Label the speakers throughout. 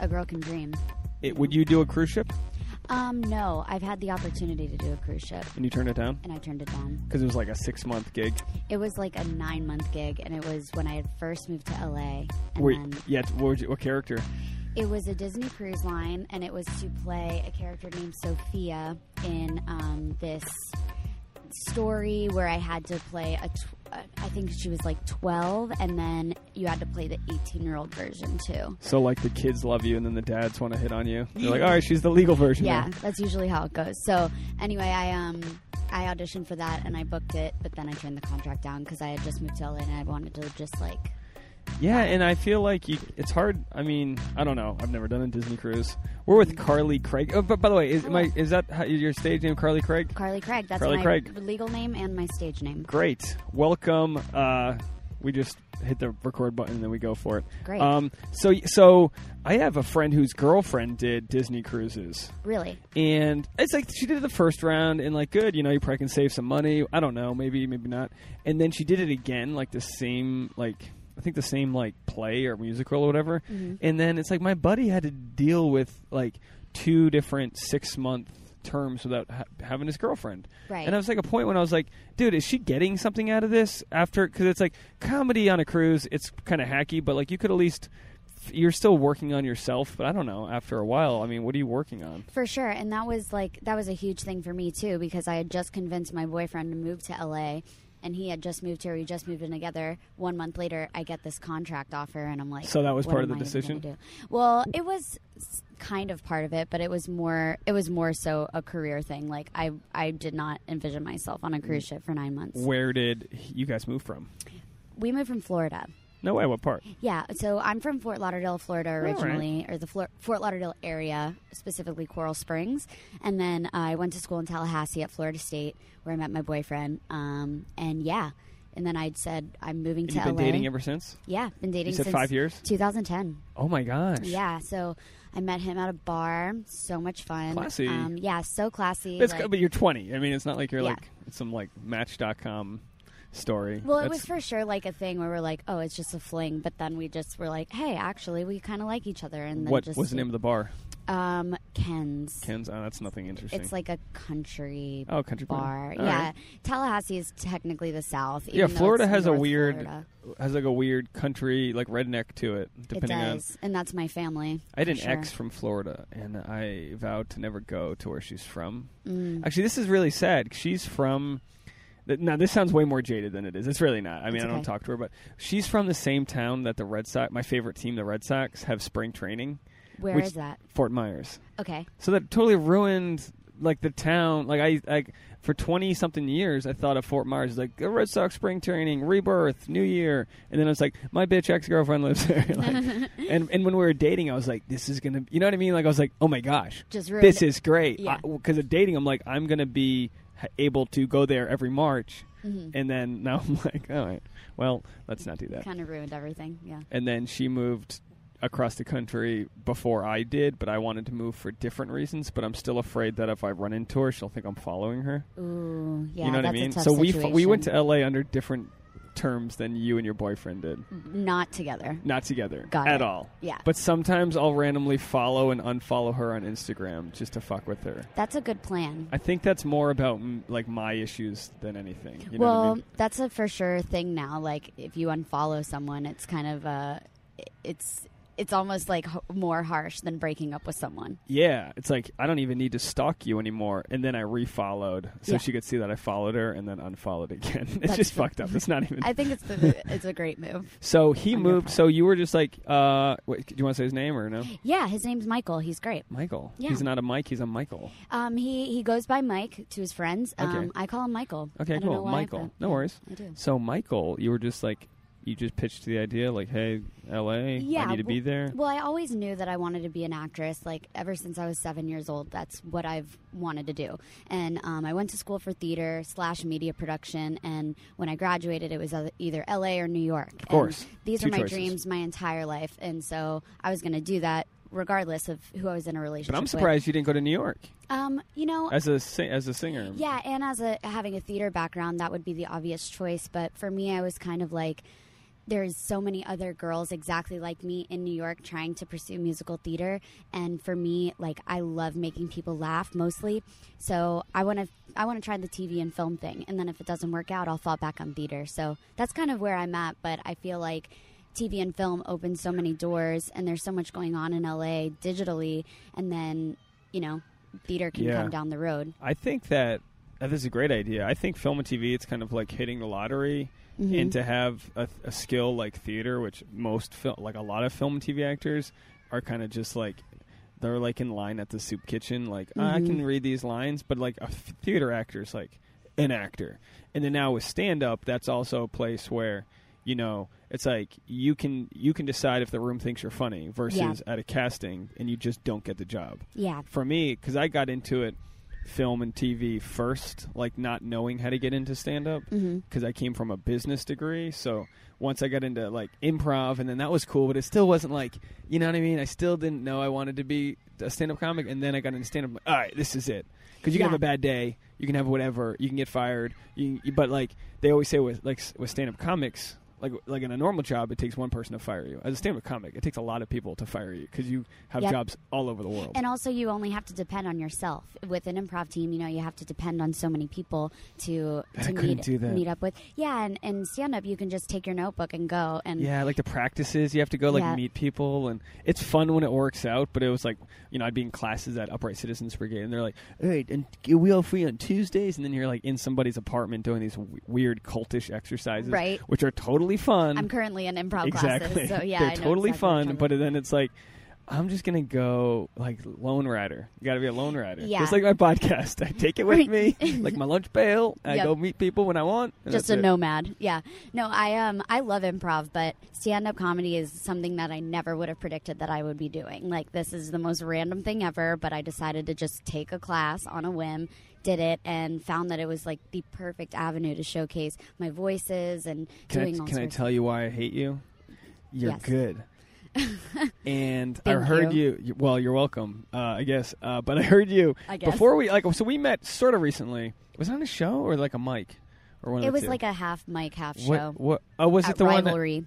Speaker 1: a girl can dream.
Speaker 2: It, would you do a cruise ship?
Speaker 1: Um, no, I've had the opportunity to do a cruise ship,
Speaker 2: And you turned it down
Speaker 1: and I turned it down.
Speaker 2: because it was like a six month gig.
Speaker 1: It was like a nine month gig, and it was when I had first moved to LA. And
Speaker 2: Wait,
Speaker 1: then
Speaker 2: yeah. What, would you, what character?
Speaker 1: it was a Disney cruise line, and it was to play a character named Sophia in um, this story where I had to play a. Tw- uh, I think she was like 12, and then you had to play the 18 year old version too.
Speaker 2: So like the kids love you, and then the dads want to hit on you. They're like, all right, she's the legal version.
Speaker 1: Yeah,
Speaker 2: now."
Speaker 1: that's usually how it goes. So anyway, I um I auditioned for that and I booked it, but then I turned the contract down because I had just moved to LA and I wanted to just like
Speaker 2: Yeah, and I feel like you, it's hard. I mean, I don't know. I've never done a Disney cruise. We're with Carly Craig. Oh, but by the way, is my is that how, your stage name, Carly Craig?
Speaker 1: Carly Craig. That's
Speaker 2: Carly
Speaker 1: my
Speaker 2: Craig.
Speaker 1: legal name and my stage name.
Speaker 2: Great. Welcome. Uh, we just hit the record button and then we go for it.
Speaker 1: Great.
Speaker 2: Um, so so I have a friend whose girlfriend did Disney cruises.
Speaker 1: Really?
Speaker 2: and it's like she did the first round and like good you know you probably can save some money i don't know maybe maybe not and then she did it again like the same like i think the same like play or musical or whatever and then it's like my buddy had to deal with like two different six month terms without ha- having his girlfriend
Speaker 1: Right.
Speaker 2: and i was like a point when i was like dude is she getting something out of this after because it's like comedy on a cruise it's kind of hacky but like you could at least you're still working on yourself but i don't know after a while i mean what are you working on
Speaker 1: For sure. And that was like that was a huge thing for me too because I had just convinced my boyfriend to move to LA and he had just moved here. We just moved in together. One month later, I get this contract offer and I'm like
Speaker 2: So that was
Speaker 1: what
Speaker 2: part of
Speaker 1: am I
Speaker 2: the
Speaker 1: gonna
Speaker 2: decision?
Speaker 1: do? Well, it was s- kind of part of it, but it was more it was more so a career thing. Like I I did not envision myself on a cruise
Speaker 2: Mm.
Speaker 1: ship for 9 months.
Speaker 2: Where did you guys move from?
Speaker 1: We moved from Florida.
Speaker 2: No way. What part?
Speaker 1: Yeah, so I'm from Fort Lauderdale, Florida
Speaker 2: right.
Speaker 1: originally, or the Flor- Fort Lauderdale area, specifically Coral Springs. And then I went to school in Tallahassee at Florida State, where I met my boyfriend. Um, and yeah, and then I'd said I'm moving to
Speaker 2: You've been
Speaker 1: LA.
Speaker 2: dating ever since.
Speaker 1: yeah, been dating
Speaker 2: You said
Speaker 1: since
Speaker 2: five years.
Speaker 1: 2010.
Speaker 2: Oh my gosh.
Speaker 1: Yeah, so I met him at a bar. So much fun.
Speaker 2: Classy.
Speaker 1: Um, yeah, so classy.
Speaker 2: It's,
Speaker 1: like-
Speaker 2: but you're 20. I mean, it's not like you're
Speaker 1: Yeah.
Speaker 2: like some like Match.com story.
Speaker 1: Well, it
Speaker 2: That's-
Speaker 1: was for sure like a thing where we're like, oh, it's just a fling. But then we just were like, hey, actually, we kind of like each other. And then
Speaker 2: What
Speaker 1: just
Speaker 2: was the name of the bar?
Speaker 1: Um, Ken's.
Speaker 2: Ken's. Oh, that's nothing interesting.
Speaker 1: It's like a country
Speaker 2: oh, country Club.
Speaker 1: bar.
Speaker 2: All
Speaker 1: yeah,
Speaker 2: right.
Speaker 1: Tallahassee is technically the South.
Speaker 2: Yeah,
Speaker 1: even though
Speaker 2: Florida
Speaker 1: it's
Speaker 2: has a
Speaker 1: North
Speaker 2: weird,
Speaker 1: Florida.
Speaker 2: has like a weird country, like redneck to it.
Speaker 1: It
Speaker 2: Depending on,
Speaker 1: does, and that's my family.
Speaker 2: I had an
Speaker 1: for sure.
Speaker 2: ex from Florida, and I vowed to never go to where she's from.
Speaker 1: Mm.
Speaker 2: Actually, this is really sad. She's from. th- Now, this sounds way more jaded than it is. It's really not. I mean,
Speaker 1: It's
Speaker 2: I don't
Speaker 1: okay.
Speaker 2: talk to her, but she's from the same town that the Red Sox, my favorite team, the Red Sox, have spring training,
Speaker 1: Where
Speaker 2: which-
Speaker 1: is that?
Speaker 2: Fort Myers.
Speaker 1: Okay,
Speaker 2: So that totally ruined like the town. Like I, like for twenty something years, I thought of Fort Myers as, like the Red Sox spring training, rebirth, new year, and then I was like, my bitch ex girlfriend lives there. like, and and when we were dating, I was like, this is gonna, you know what I mean? Like I was like, oh my gosh,
Speaker 1: just ruined
Speaker 2: this is great
Speaker 1: Yeah.
Speaker 2: because of dating i'm like i'm gonna be h- able to go there every march
Speaker 1: Mm-hmm.
Speaker 2: and then now i'm like all right well let's not do that
Speaker 1: kind of ruined everything. Yeah,
Speaker 2: and then she moved across the country before i did but i wanted to move for different reasons but i'm still afraid that if i run into her she'll think i'm following her
Speaker 1: oool, yeah.
Speaker 2: you know what
Speaker 1: that's
Speaker 2: i mean
Speaker 1: A tough
Speaker 2: so we fo- we went
Speaker 1: situation.
Speaker 2: to la under different terms than you and your boyfriend did
Speaker 1: not together.
Speaker 2: not together
Speaker 1: Got
Speaker 2: at
Speaker 1: it.
Speaker 2: all
Speaker 1: Yeah.
Speaker 2: but sometimes i'll randomly follow and unfollow her on instagram just to fuck with her
Speaker 1: That's a good plan.
Speaker 2: I think that's more about m- like my issues than anything. You know what I
Speaker 1: well,
Speaker 2: mean?
Speaker 1: that's a for sure thing now. Like if you unfollow someone, it's kind of uh, it's it's almost like h- more harsh than breaking up with someone.
Speaker 2: yeah, it's like I don't even need to stalk you anymore. And then I refollowed, so
Speaker 1: Yeah.
Speaker 2: she could see that I followed her and then unfollowed again. it's
Speaker 1: That's
Speaker 2: just
Speaker 1: the-
Speaker 2: fucked up. It's not even.
Speaker 1: I think it's the, it's a great move.
Speaker 2: so he
Speaker 1: on your
Speaker 2: moved.
Speaker 1: part.
Speaker 2: So you were just like, uh, wait, do you want to say his name or no?
Speaker 1: Yeah, his name's Michael. He's great.
Speaker 2: Michael.
Speaker 1: Yeah.
Speaker 2: He's not a Mike. He's a Michael.
Speaker 1: Um, he he goes by Mike to his friends. Um,
Speaker 2: Okay.
Speaker 1: I call him Michael.
Speaker 2: Okay,
Speaker 1: I don't
Speaker 2: cool.
Speaker 1: know why,
Speaker 2: Michael.
Speaker 1: but-
Speaker 2: No worries.
Speaker 1: I do.
Speaker 2: So Michael, you were just like, you just pitched the idea, like, hey, L.A. I
Speaker 1: Yeah,
Speaker 2: need to be there.
Speaker 1: Well, I always knew that I wanted to be an actress. Like ever since I was seven years old, that's what I've wanted to do. And um, I went to school for theater slash media production. And when I graduated, it was either L.A. or New York. Of
Speaker 2: course.
Speaker 1: these
Speaker 2: Two
Speaker 1: are my
Speaker 2: choices.
Speaker 1: dreams my entire life, and so I was going to do that regardless of who I was in a relationship.
Speaker 2: but I'm
Speaker 1: with.
Speaker 2: surprised you didn't go to New York
Speaker 1: Um, you know,
Speaker 2: as a si- as a singer.
Speaker 1: Yeah, and as a having a theater background, that would be the obvious choice. But for me, I was kind of like, there's so many other girls exactly like me in New York trying to pursue musical theater. And for me, like I love making people laugh mostly. So I want to I want to try the TV and film thing. And then if it doesn't work out, I'll fall back on theater. So that's kind of where I'm at. But I feel like TV and film open so many doors, and there's so much going on in LA digitally. And then you know, theater can
Speaker 2: Yeah.
Speaker 1: come down the road.
Speaker 2: I think that uh, this is a great idea. I think film and TV, it's kind of like hitting the lottery. And to have a, a skill like theater, which most fil- like a lot of film and TV actors are kind of just like they're like in line at the soup kitchen. Like "Ah, I
Speaker 1: Mhm.
Speaker 2: can read these lines, but like a f- theater actor's like an actor. And then now with stand up, that's also a place where you know it's like you can you can decide if the room thinks you're funny versus at a casting and you just don't get the job
Speaker 1: Yeah.
Speaker 2: for me because I got into it film and TV first, like not knowing how to get into stand up
Speaker 1: hmm
Speaker 2: because I came from a business degree. So once I got into like improv, and then that was cool, but it still wasn't like you know what I mean. I still didn't know I wanted to be a stand up comic, and then I got into stand up. Like, All right, this is it because you can
Speaker 1: Yeah.
Speaker 2: have a bad day, you can have whatever, you can get fired. You, you- but like they always say with like s- with stand up comics. Like, like in a normal job, it takes one person to fire you. As a stand-up comic, it takes a lot of people to fire you because you have
Speaker 1: Yep.
Speaker 2: jobs all over the world.
Speaker 1: And also, you only have to depend on yourself. With an improv team, you know, you have to depend on so many people to,
Speaker 2: I
Speaker 1: to
Speaker 2: couldn't
Speaker 1: meet,
Speaker 2: do that.
Speaker 1: meet up with. Yeah, and, and stand up, you can just take your notebook and go. And
Speaker 2: Yeah, like the practices, you have to go like
Speaker 1: Yeah.
Speaker 2: meet people, and it's fun when it works out. But it was like, you know, I'd be in classes at Upright Citizens Brigade, and they're like, "All right, and are we all free on Tuesdays?" And then you're like in somebody's apartment doing these w- weird cultish exercises,
Speaker 1: Right.
Speaker 2: Which are totally fun.
Speaker 1: I'm currently in improv
Speaker 2: exactly,
Speaker 1: classes, so yeah,
Speaker 2: they're
Speaker 1: I know
Speaker 2: totally
Speaker 1: exactly what you're
Speaker 2: fun.
Speaker 1: talking
Speaker 2: But then it's like. I'm just gonna go like lone rider. You gotta be a lone rider.
Speaker 1: Yeah.
Speaker 2: Just like my podcast. I take it with
Speaker 1: Right.
Speaker 2: me, like my lunch bail. I
Speaker 1: Yep.
Speaker 2: go meet people when I want. and
Speaker 1: just
Speaker 2: that's
Speaker 1: a
Speaker 2: it.
Speaker 1: nomad. Yeah. No, I um I love improv, but stand up comedy is something that I never would have predicted that I would be doing. Like this is the most random thing ever, but I decided to just take a class on a whim, did it and found that it was like the perfect avenue to showcase my voices and
Speaker 2: Can,
Speaker 1: doing
Speaker 2: I,
Speaker 1: all
Speaker 2: can I
Speaker 1: sorts.
Speaker 2: tell you why I hate you? You're
Speaker 1: Yes.
Speaker 2: good. and I
Speaker 1: Thank
Speaker 2: heard you. you- Well, you're welcome. Uh, I guess. Uh, but I heard you
Speaker 1: I guess.
Speaker 2: before we like. So we met sort of recently. Was it on a show or like a mic or one?
Speaker 1: it
Speaker 2: of the
Speaker 1: was
Speaker 2: two?
Speaker 1: like a half mic, half
Speaker 2: What,
Speaker 1: show.
Speaker 2: what? Oh, was it
Speaker 1: at
Speaker 2: the one? That,
Speaker 1: rivalry.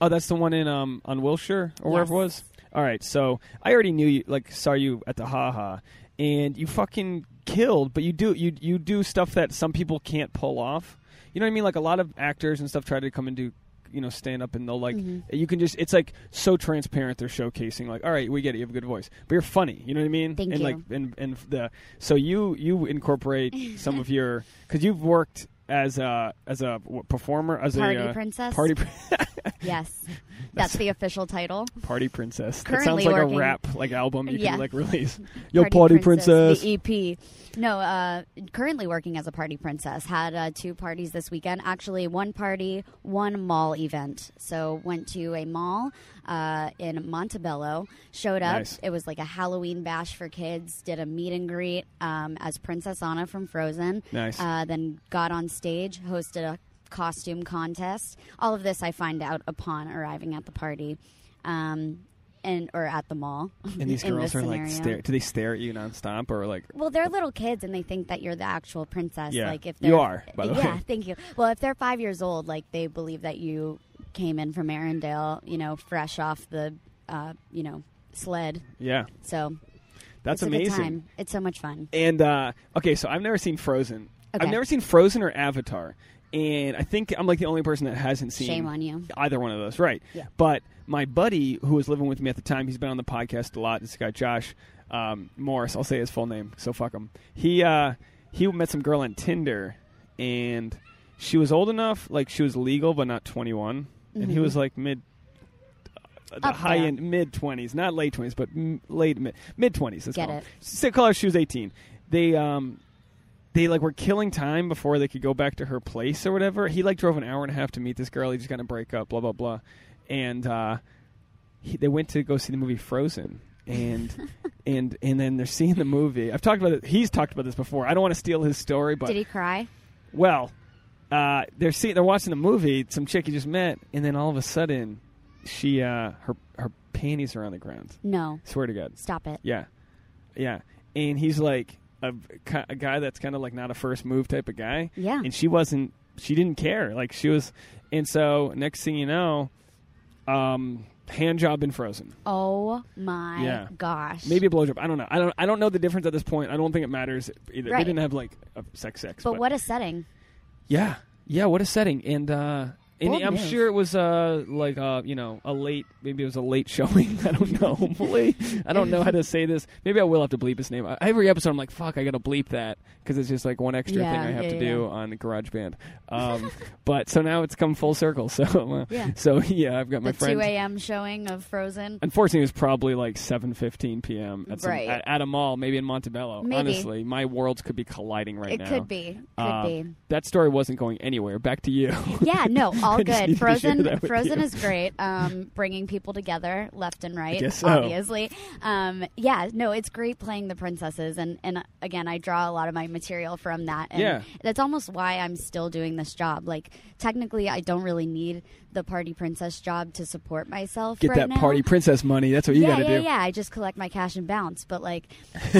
Speaker 2: oh, that's the one in um on Wilshire or wherever it
Speaker 1: Yes.
Speaker 2: was. All right. So I already knew you. Like saw you at the Ha Ha, and you fucking killed. But you do you you do stuff that some people can't pull off. You know what I mean? Like a lot of actors and stuff try to come and do you know stand up and they'll like
Speaker 1: Mm-hmm.
Speaker 2: you can just it's like so transparent they're showcasing like all right we get it you have a good voice but you're funny you know what i mean
Speaker 1: Thank
Speaker 2: and
Speaker 1: you.
Speaker 2: like and and the so you you incorporate some of your because you've worked as a as a w- performer as
Speaker 1: Party
Speaker 2: a uh,
Speaker 1: Princess?
Speaker 2: party pr-
Speaker 1: Yes. That's the official title.
Speaker 2: party princess that sounds
Speaker 1: Currently
Speaker 2: like a
Speaker 1: working-
Speaker 2: rap like album you
Speaker 1: Yeah.
Speaker 2: can like release yo party princess,
Speaker 1: The EP. No, uh, currently working as a party princess. Had uh, two parties this weekend. Actually, one party, one mall event. So went to a mall uh, in Montebello. Showed up.
Speaker 2: Nice.
Speaker 1: It was like a Halloween bash for kids. Did a meet and greet um, as Princess Anna from Frozen.
Speaker 2: Nice.
Speaker 1: Uh, then got on stage, hosted a costume contest. All of this I find out upon arriving at the party. Um, and or at the mall.
Speaker 2: and these
Speaker 1: in
Speaker 2: girls
Speaker 1: this
Speaker 2: are
Speaker 1: scenario.
Speaker 2: like stare do they stare at you nonstop or like
Speaker 1: Well, they're little kids and they think that you're the actual princess.
Speaker 2: Yeah.
Speaker 1: Like if
Speaker 2: You
Speaker 1: they're,
Speaker 2: are, by the
Speaker 1: yeah,
Speaker 2: way.
Speaker 1: thank you. Well, if they're five years old, like they believe that you came in from Arendelle, you know, fresh off the, uh, you know, sled.
Speaker 2: yeah
Speaker 1: So it's
Speaker 2: that's
Speaker 1: a
Speaker 2: amazing
Speaker 1: good time. It's so much fun.
Speaker 2: And uh, okay, so I've never seen Frozen. I've
Speaker 1: Okay.
Speaker 2: never seen Frozen or Avatar, and I think I'm like the only person that hasn't seen
Speaker 1: Shame on you.
Speaker 2: either one of those, right?
Speaker 1: Yeah.
Speaker 2: But my buddy who was living with me at the time, he's been on the podcast a lot. This guy Josh um, Morris, I'll say his full name, so fuck him. He uh, he met some girl on Tinder, and she was old enough, like she was legal but not 21, and he
Speaker 1: Mhm.
Speaker 2: was like mid. uh, The
Speaker 1: Up
Speaker 2: high
Speaker 1: there.
Speaker 2: end mid twenties, not late twenties, but m- late mid mid twenties.
Speaker 1: Get
Speaker 2: call
Speaker 1: it.
Speaker 2: Say, call her she was eighteen. They um, they like were killing time before they could go back to her place or whatever. He like drove an hour and a half to meet this girl. He just got to break up. Blah blah blah. And uh, he, they went to go see the movie Frozen. And and and then they're seeing the movie. I've talked about it. He's talked about this before. I don't want to steal his story, but
Speaker 1: Did he cry?
Speaker 2: well, uh, they're see they're watching the movie. Some chick he just met, and then all of a sudden, she uh, her her panties are on the ground.
Speaker 1: No.
Speaker 2: Swear to God.
Speaker 1: Stop it.
Speaker 2: Yeah, yeah. And he's like a, a guy that's kind of like not a first move type of guy.
Speaker 1: Yeah.
Speaker 2: And she wasn't she didn't care. Like she was, and so next thing you know, um, hand job in Frozen.
Speaker 1: Oh my
Speaker 2: Yeah.
Speaker 1: gosh.
Speaker 2: Maybe a blowjob. I don't know. I don't. I don't know the difference at this point. I don't think it matters either.
Speaker 1: Right.
Speaker 2: They didn't have like a sex, sex.
Speaker 1: But what a setting.
Speaker 2: Yeah, yeah. What a setting, and uh, and
Speaker 1: Bold
Speaker 2: I'm
Speaker 1: move.
Speaker 2: sure it was uh like uh you know a late maybe it was a late showing. I don't know. Hopefully, I don't know how to say this. Maybe I will have to bleep his name. I, every episode, I'm like, fuck, I gotta bleep that because it's just like one extra
Speaker 1: Yeah,
Speaker 2: thing I have
Speaker 1: yeah,
Speaker 2: to
Speaker 1: yeah,
Speaker 2: do
Speaker 1: yeah.
Speaker 2: on GarageBand. Um, but so now it's come full circle. So uh,
Speaker 1: Yeah.
Speaker 2: so yeah, I've got my
Speaker 1: The 2
Speaker 2: friend.
Speaker 1: a.m. showing of Frozen.
Speaker 2: Unfortunately, it was probably like 7:15 p.m. At, some,
Speaker 1: Right.
Speaker 2: at, at a mall, maybe in Montebello.
Speaker 1: Maybe.
Speaker 2: Honestly, my worlds could be colliding right
Speaker 1: it
Speaker 2: now.
Speaker 1: could be. Could
Speaker 2: Uh,
Speaker 1: be.
Speaker 2: That story wasn't going anywhere. Back to you.
Speaker 1: Yeah, no, all
Speaker 2: I just needed
Speaker 1: good.
Speaker 2: to share
Speaker 1: Frozen
Speaker 2: that with
Speaker 1: Frozen
Speaker 2: you.
Speaker 1: is great. Um, bringing people together left and right,
Speaker 2: guess so.
Speaker 1: obviously. Um, yeah, no, it's great playing the princesses and, and uh, again, I draw a lot of my material from that and
Speaker 2: Yeah.
Speaker 1: that's almost why I'm still doing this job. Like technically I don't really need the party princess job to support myself
Speaker 2: Get
Speaker 1: right
Speaker 2: that
Speaker 1: now.
Speaker 2: party princess money. That's what you
Speaker 1: yeah,
Speaker 2: got to
Speaker 1: yeah,
Speaker 2: do.
Speaker 1: yeah. I just collect my cash and bounce, but like,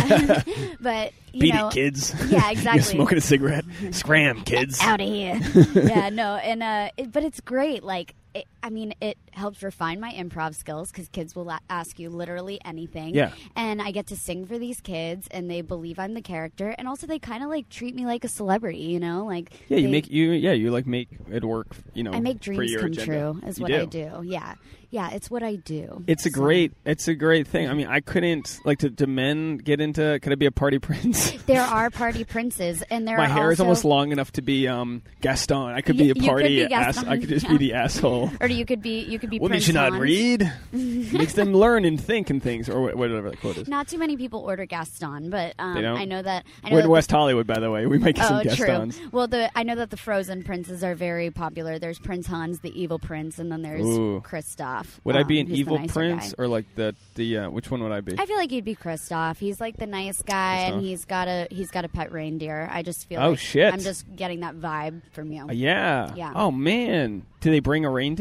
Speaker 1: but you
Speaker 2: Beat
Speaker 1: know,
Speaker 2: it, kids.
Speaker 1: yeah, exactly.
Speaker 2: You're smoking a cigarette. Scram, kids.
Speaker 1: out of here. yeah, no, and uh, it, but it's great. Like, it, I mean, it helps refine my improv skills because kids will a- ask you literally anything.
Speaker 2: Yeah.
Speaker 1: and I get to sing for these kids, and they believe I'm the character, and also they kind of like treat me like a celebrity. You know, like
Speaker 2: Yeah, you
Speaker 1: they-
Speaker 2: make you. Yeah, you like make it work. You know,
Speaker 1: I make
Speaker 2: for
Speaker 1: dreams
Speaker 2: your
Speaker 1: come
Speaker 2: agenda.
Speaker 1: true. Is
Speaker 2: You
Speaker 1: what I do. Yeah, yeah, it's what I do.
Speaker 2: It's a
Speaker 1: So-
Speaker 2: great. It's a great thing. I mean, I couldn't like to, to men get into. Could I be a party prince?
Speaker 1: There are party princes, and there
Speaker 2: My
Speaker 1: are
Speaker 2: hair is
Speaker 1: also-
Speaker 2: almost long enough to be um, Gaston. I could
Speaker 1: Y-
Speaker 2: be
Speaker 1: you
Speaker 2: a
Speaker 1: could
Speaker 2: party
Speaker 1: be
Speaker 2: ass.
Speaker 1: Gaston,
Speaker 2: I could just
Speaker 1: yeah.
Speaker 2: be the asshole.
Speaker 1: Or you could be you could be
Speaker 2: Women
Speaker 1: Prince
Speaker 2: should not
Speaker 1: Hans.
Speaker 2: read. Makes them learn and think and things, or wh- whatever the quote is.
Speaker 1: Not too many people order Gaston, but um,
Speaker 2: They don't?
Speaker 1: I know that I know
Speaker 2: We're
Speaker 1: that
Speaker 2: in
Speaker 1: the-
Speaker 2: West Hollywood, by the way. We might get
Speaker 1: Oh,
Speaker 2: some Gastons.
Speaker 1: true. Well, the I know that the Frozen princes are very popular. There's Prince Hans, the evil prince, and then there's
Speaker 2: Ooh.
Speaker 1: Kristoff.
Speaker 2: Would I
Speaker 1: um,
Speaker 2: be an
Speaker 1: who's the
Speaker 2: evil
Speaker 1: nicer
Speaker 2: prince
Speaker 1: guy.
Speaker 2: or like the the uh, which one would I be?
Speaker 1: I feel like you'd be Kristoff. He's like the nice guy,
Speaker 2: Kristoff.
Speaker 1: and he's got a he's got a pet reindeer. I just feel
Speaker 2: Oh,
Speaker 1: like
Speaker 2: shit.
Speaker 1: I'm just getting that vibe from you.
Speaker 2: Uh, yeah.
Speaker 1: Yeah.
Speaker 2: Oh man, do they bring a reindeer?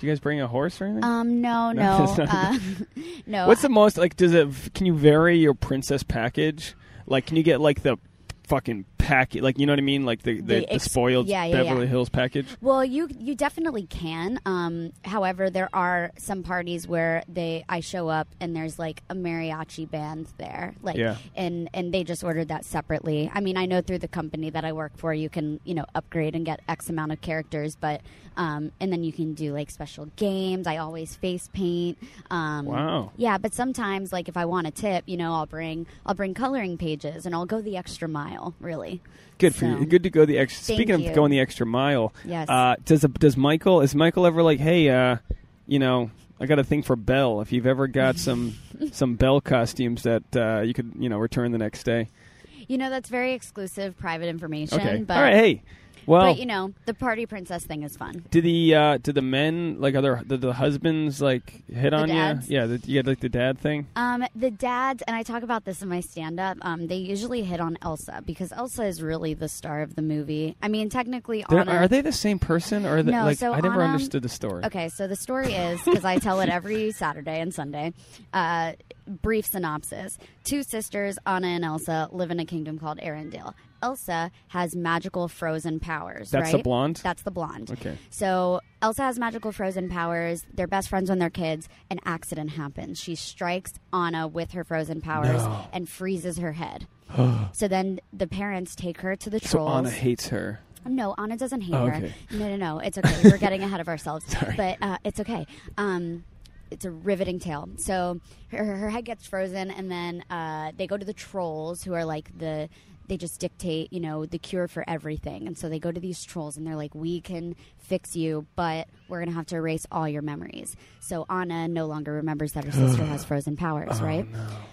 Speaker 2: Do you guys bring a horse or anything?
Speaker 1: Um, no,
Speaker 2: No,
Speaker 1: no,
Speaker 2: that's not-
Speaker 1: uh, no.
Speaker 2: What's the most like? Does it? v- Can you vary your princess package? Like, can you get like the fucking packet? Like, you know what I mean? Like the the,
Speaker 1: The
Speaker 2: the,
Speaker 1: ex-
Speaker 2: spoiled
Speaker 1: yeah, yeah,
Speaker 2: Beverly
Speaker 1: yeah.
Speaker 2: Hills package.
Speaker 1: Well, you you definitely can. Um, however, there are some parties where they I show up and there's like a mariachi band there, like
Speaker 2: Yeah.
Speaker 1: and and they just ordered that separately. I mean, I know through the company that I work for, you can you know upgrade and get X amount of characters, but um, and then you can do like special games. I always face paint. Um,
Speaker 2: Wow.
Speaker 1: Yeah, but sometimes like if I want a tip, you know, I'll bring I'll bring coloring pages and I'll go the extra mile. Really,
Speaker 2: Good for
Speaker 1: So-
Speaker 2: you. Good to go the extra.
Speaker 1: Thank
Speaker 2: Speaking
Speaker 1: you.
Speaker 2: of going the extra mile,
Speaker 1: Yes.
Speaker 2: Uh, does does Michael is Michael ever like, hey, uh, you know, I got a thing for Belle. If you've ever got some some Belle costumes that uh, you could you know return the next day.
Speaker 1: you know that's very exclusive private information.
Speaker 2: Okay.
Speaker 1: But
Speaker 2: All right. Hey. Well,
Speaker 1: but you know, the party princess thing is fun.
Speaker 2: do the uh, do the men like other the, the husbands like hit on
Speaker 1: dads?
Speaker 2: you? Yeah. The, you had like the dad thing.
Speaker 1: Um, the dads, and I talk about this in my stand up, um, they usually hit on Elsa because Elsa is really the star of the movie. I mean, technically,
Speaker 2: They're-
Speaker 1: Anna.
Speaker 2: are they the same person or are they,
Speaker 1: No,
Speaker 2: like
Speaker 1: so
Speaker 2: I never
Speaker 1: Anna-
Speaker 2: understood the story?
Speaker 1: Okay, so the story is because I tell it every Saturday and Sunday. Uh, brief synopsis: Two sisters, Anna and Elsa, live in a kingdom called Arendelle. Elsa has magical frozen powers.
Speaker 2: That's
Speaker 1: right?
Speaker 2: the blonde?
Speaker 1: That's the blonde.
Speaker 2: Okay.
Speaker 1: So Elsa has magical frozen powers. They're best friends when they're kids. An accident happens. She strikes Anna with her frozen powers
Speaker 2: No.
Speaker 1: and freezes her head. so then the parents take her to the
Speaker 2: So
Speaker 1: trolls.
Speaker 2: Anna hates her.
Speaker 1: No, Anna doesn't hate
Speaker 2: Oh,
Speaker 1: her.
Speaker 2: okay.
Speaker 1: No, no, no. It's okay. We're getting ahead of ourselves.
Speaker 2: Sorry.
Speaker 1: But uh, it's okay. Um, it's a riveting tale. So her, her head gets frozen, and then uh, they go to the trolls, who are like the. They just dictate, you know, the cure for everything. And so they go to these trolls and they're like, we can fix you, but we're going to have to erase all your memories. So Anna no longer remembers that her sister has frozen powers,
Speaker 2: Um,
Speaker 1: right?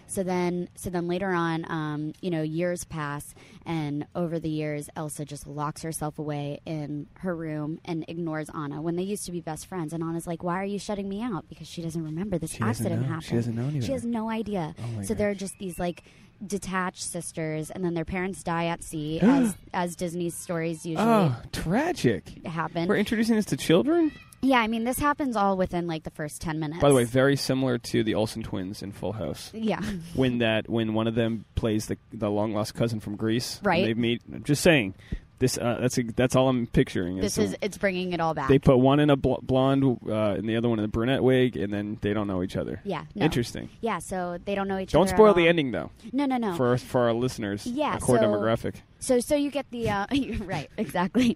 Speaker 1: So then, so then later on, um, you know, years pass, and over the years, Elsa just locks herself away in her room and ignores Anna when they used to be best friends. And Anna's like, "Why are you shutting me out?" Because she doesn't remember this
Speaker 2: She doesn't
Speaker 1: accident
Speaker 2: know.
Speaker 1: happened.
Speaker 2: She doesn't know any
Speaker 1: She
Speaker 2: better.
Speaker 1: has no idea.
Speaker 2: my
Speaker 1: so there are just these like detached sisters, and then their parents die at sea, as as Disney's stories usually
Speaker 2: Oh, tragic.
Speaker 1: happen.
Speaker 2: We're introducing this to children.
Speaker 1: yeah, I mean, this happens all within like the first ten minutes.
Speaker 2: By the way, very similar to the Olsen twins in Full House.
Speaker 1: yeah,
Speaker 2: When that when one of them plays the the long lost cousin from Greece, and
Speaker 1: Right.
Speaker 2: They meet. I'm just saying, This uh, that's that's all I'm picturing.
Speaker 1: This
Speaker 2: some-
Speaker 1: is it's bringing it all back.
Speaker 2: they put one in a bl- blonde uh, and the other one in a brunette wig, and then they don't know each other.
Speaker 1: yeah, no.
Speaker 2: Interesting.
Speaker 1: Yeah, so they don't know each
Speaker 2: Don't
Speaker 1: other. at
Speaker 2: spoil the
Speaker 1: all.
Speaker 2: ending though
Speaker 1: No, no, no.
Speaker 2: for our, for our listeners.
Speaker 1: Yeah,
Speaker 2: our core
Speaker 1: so-
Speaker 2: demographic.
Speaker 1: So, so you get the uh, you're right, exactly.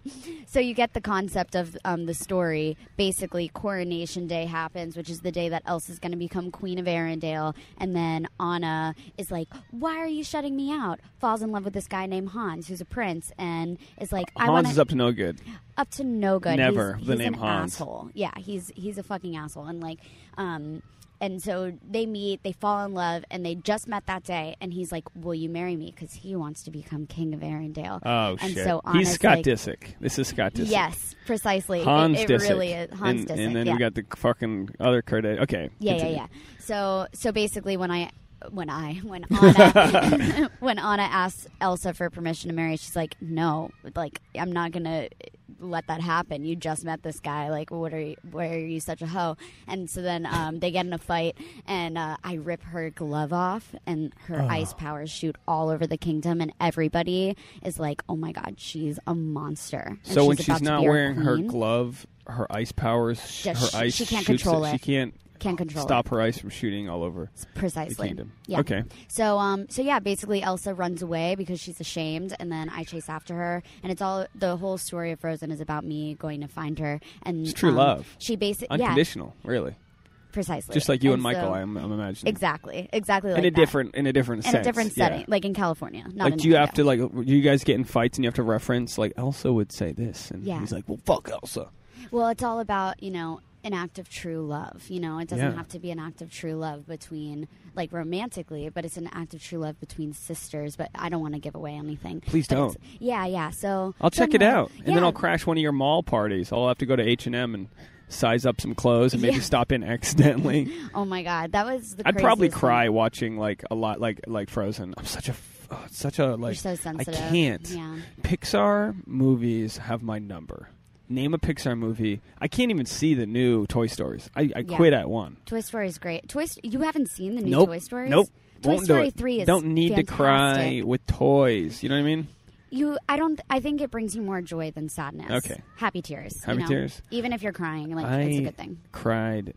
Speaker 1: So you get the concept of um, the story. Basically, coronation day happens, which is the day that Elsa's going to become queen of Arendelle, and then Anna is like, "Why are you shutting me out?" Falls in love with this guy named Hans, who's a prince, and is like, "I
Speaker 2: Hans
Speaker 1: want
Speaker 2: is up to no good.
Speaker 1: up to no good.
Speaker 2: Never.
Speaker 1: He's,
Speaker 2: The
Speaker 1: he's
Speaker 2: name
Speaker 1: an
Speaker 2: Hans.
Speaker 1: asshole. Yeah, he's he's a fucking asshole. And like, um, and so they meet, they fall in love, and they just met that day. And he's like, "Will you marry me?" Because he wants to become king of Arendelle.
Speaker 2: Oh
Speaker 1: and
Speaker 2: shit!
Speaker 1: so Anna's
Speaker 2: He's Scott
Speaker 1: like,
Speaker 2: Disick. This is Scott Disick.
Speaker 1: Yes, precisely. It-
Speaker 2: Hans
Speaker 1: it,
Speaker 2: Disick.
Speaker 1: really is Hans
Speaker 2: and,
Speaker 1: Disick.
Speaker 2: and then
Speaker 1: yeah.
Speaker 2: we got the fucking other Kardashian. Okay.
Speaker 1: Yeah,
Speaker 2: continue.
Speaker 1: yeah, yeah. So so basically, when I when I when Anna when Anna asks Elsa for permission to marry, she's like, "No, like I'm not gonna let that happen. You just met this guy. Like, what are you? Why are you such a hoe?" And so then um, they get in a fight, and uh, I rip her glove off, and her
Speaker 2: Oh.
Speaker 1: ice powers shoot all over the kingdom, and everybody is like, "Oh my god, she's a monster." And
Speaker 2: So when
Speaker 1: about
Speaker 2: she's
Speaker 1: to
Speaker 2: not
Speaker 1: be our
Speaker 2: wearing her
Speaker 1: queen.
Speaker 2: glove, her ice powers, sh-
Speaker 1: Yeah,
Speaker 2: her
Speaker 1: she-
Speaker 2: ice
Speaker 1: she can't
Speaker 2: shoots
Speaker 1: control
Speaker 2: She
Speaker 1: it.
Speaker 2: can't
Speaker 1: can't control
Speaker 2: stop
Speaker 1: it.
Speaker 2: her ice from shooting all over the
Speaker 1: precisely.
Speaker 2: kingdom.
Speaker 1: Yeah.
Speaker 2: Okay.
Speaker 1: So um so yeah, basically Elsa runs away because she's ashamed and then I chase after her and it's all the whole story of Frozen is about me going to find her and
Speaker 2: It's true
Speaker 1: um,
Speaker 2: love.
Speaker 1: She basically yeah,
Speaker 2: Unconditional, really.
Speaker 1: precisely.
Speaker 2: Just like you and,
Speaker 1: so-
Speaker 2: Michael, I'm, I'm imagining.
Speaker 1: Exactly. Exactly
Speaker 2: In
Speaker 1: like
Speaker 2: a
Speaker 1: that.
Speaker 2: different, in a different
Speaker 1: in
Speaker 2: sense.
Speaker 1: a different
Speaker 2: yeah.
Speaker 1: setting, like in California, not
Speaker 2: Like,
Speaker 1: in
Speaker 2: do you have
Speaker 1: Orlando.
Speaker 2: to like? Do you guys get in fights and you have to reference like Elsa would say this, and
Speaker 1: Yeah.
Speaker 2: he's like, "Well, fuck Elsa."
Speaker 1: Well, it's all about, you know, an act of true love. You know, it doesn't
Speaker 2: Yeah.
Speaker 1: have to be an act of true love between, like, romantically, but it's an act of true love between sisters. But I don't want to give away anything.
Speaker 2: Please
Speaker 1: But it's-
Speaker 2: don't.
Speaker 1: Yeah, yeah. So
Speaker 2: I'll
Speaker 1: so
Speaker 2: check it
Speaker 1: anyway,
Speaker 2: out, and
Speaker 1: yeah.
Speaker 2: then I'll crash one of your mall parties. I'll have to go to H and M and size up some clothes, and maybe
Speaker 1: Yeah.
Speaker 2: stop in accidentally.
Speaker 1: Oh my god, that was the.
Speaker 2: I'd probably
Speaker 1: craziest
Speaker 2: cry
Speaker 1: thing.
Speaker 2: watching like a lot, like like Frozen. I'm such a, f- oh, it's such a like.
Speaker 1: so sensitive.
Speaker 2: I can't.
Speaker 1: Yeah.
Speaker 2: Pixar movies have my number. Name a Pixar movie. I can't even see the new Toy Stories. I, I
Speaker 1: Yeah.
Speaker 2: quit at one.
Speaker 1: Toy Story is great. Toy St- you haven't seen the new
Speaker 2: nope.
Speaker 1: Toy Stories?
Speaker 2: Nope.
Speaker 1: Toy
Speaker 2: Won't
Speaker 1: Story
Speaker 2: do it.
Speaker 1: three is
Speaker 2: Don't need to cry
Speaker 1: fantastic.
Speaker 2: with toys. You know what I mean?
Speaker 1: You, I don't. I think it brings you more joy than sadness.
Speaker 2: Okay.
Speaker 1: Happy tears. you
Speaker 2: Happy
Speaker 1: know?
Speaker 2: tears.
Speaker 1: Even if you're crying, like
Speaker 2: I
Speaker 1: it's a good thing.
Speaker 2: cried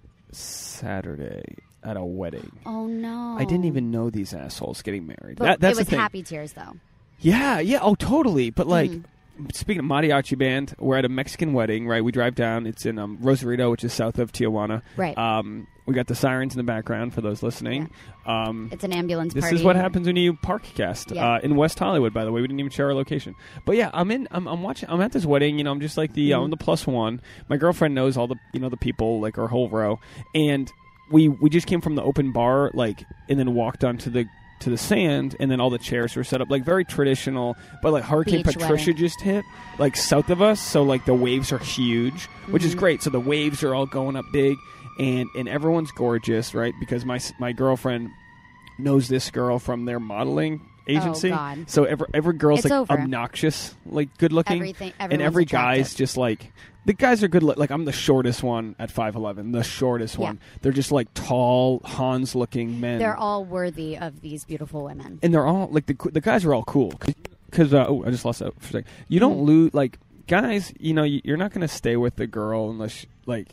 Speaker 2: Saturday at a wedding.
Speaker 1: Oh no.
Speaker 2: I didn't even know these assholes getting married.
Speaker 1: But
Speaker 2: That- that's
Speaker 1: it was
Speaker 2: the thing.
Speaker 1: happy Mm. tears though.
Speaker 2: Yeah, yeah, oh, totally. But like, speaking of mariachi band, we're at a Mexican wedding, right? We drive down. It's in um, Rosarito, which is south of Tijuana.
Speaker 1: Right.
Speaker 2: Um, we got the sirens in the background for those listening. Um,
Speaker 1: It's an ambulance
Speaker 2: this
Speaker 1: party.
Speaker 2: is what happens when you park cast
Speaker 1: Yeah.
Speaker 2: uh, in West Hollywood. By the way, we didn't even share our location. But yeah, I'm in. I'm, I'm watching. I'm at this wedding. You know, I'm just like
Speaker 1: Mm-hmm.
Speaker 2: the uh, I'm the plus one. My girlfriend knows all the you know the people like our whole row, and we we just came from the open bar like and then walked onto the to the sand and then all the chairs were set up like very traditional but like hurricane
Speaker 1: Beach
Speaker 2: patricia
Speaker 1: wedding.
Speaker 2: just hit like south of us so like the waves are huge which
Speaker 1: Mm-hmm.
Speaker 2: is great so the waves are all going up big and and everyone's gorgeous right because my s- my girlfriend knows this girl from their modeling agency.
Speaker 1: Oh, God.
Speaker 2: So every every girl's
Speaker 1: It's
Speaker 2: like
Speaker 1: over.
Speaker 2: obnoxious, like good looking,
Speaker 1: Everything-
Speaker 2: and
Speaker 1: everyone's
Speaker 2: every
Speaker 1: attractive.
Speaker 2: guy's just like the guys are good. Look, like I'm the shortest one at five eleven, the shortest
Speaker 1: Yeah.
Speaker 2: one. They're just like tall Hans looking men.
Speaker 1: They're all worthy of these beautiful women.
Speaker 2: and they're all like the the guys are all cool because uh, oh I just lost that for a second. You
Speaker 1: Mm-hmm.
Speaker 2: don't lose like guys. You know you- you're not gonna stay with the girl unless like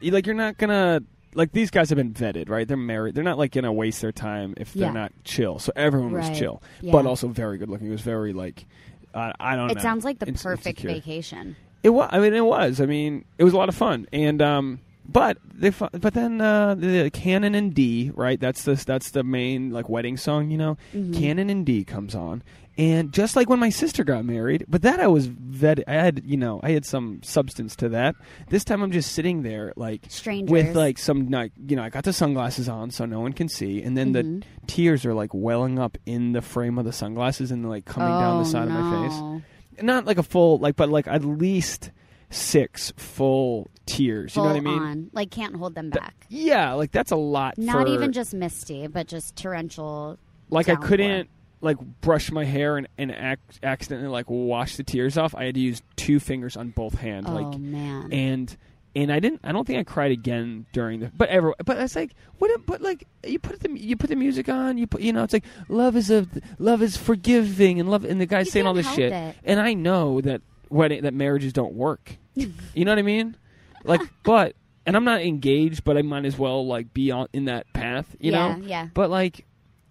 Speaker 2: you, like you're not gonna like these guys have been vetted, right? They're married. They're not like gonna waste their time if they're
Speaker 1: Yeah.
Speaker 2: not chill. So everyone
Speaker 1: Right.
Speaker 2: was chill,
Speaker 1: Yeah.
Speaker 2: but also very good looking. It was very like uh, I don't.
Speaker 1: It
Speaker 2: know.
Speaker 1: sounds like the
Speaker 2: It's-
Speaker 1: perfect
Speaker 2: insecure.
Speaker 1: vacation.
Speaker 2: It was. I mean, it was. I mean, it was a lot of fun. And um, but they. fu- But then uh, the Canon and D. Right. That's the that's the main like wedding song. You know,
Speaker 1: Mm-hmm.
Speaker 2: Canon and D comes on, and just like when my sister got married, but that I was vet. I had you know I had some substance to that. This time I'm just sitting there like
Speaker 1: Strangers.
Speaker 2: with like some like you know I got the sunglasses on so no one can see, and then the
Speaker 1: Mm-hmm.
Speaker 2: tears are like welling up in the frame of the sunglasses and like coming down the
Speaker 1: Oh,
Speaker 2: side of my face
Speaker 1: no.
Speaker 2: not like a full like but like at least six full tears you know what i
Speaker 1: Full
Speaker 2: mean
Speaker 1: on. Like can't hold them back.
Speaker 2: yeah like that's a lot
Speaker 1: Not
Speaker 2: for-
Speaker 1: even just misty, but just torrential.
Speaker 2: like i
Speaker 1: downpour.
Speaker 2: couldn't like brush my hair and, and ac- accidentally like wash the tears off i had to use two fingers on both hands
Speaker 1: Oh
Speaker 2: like
Speaker 1: man.
Speaker 2: and and I didn't. I don't think I cried again during the. But ever. But it's like what. a- But like you put the you put the music on. You put you know. It's like love is a love is forgiving and love and the guy's
Speaker 1: You
Speaker 2: saying all
Speaker 1: can't
Speaker 2: this
Speaker 1: help
Speaker 2: shit.
Speaker 1: it.
Speaker 2: And I know that wedding that marriages don't work. you know what I mean? Like, but and I'm not engaged, but I might as well like be on in that path. You
Speaker 1: yeah,
Speaker 2: know.
Speaker 1: yeah.
Speaker 2: But like,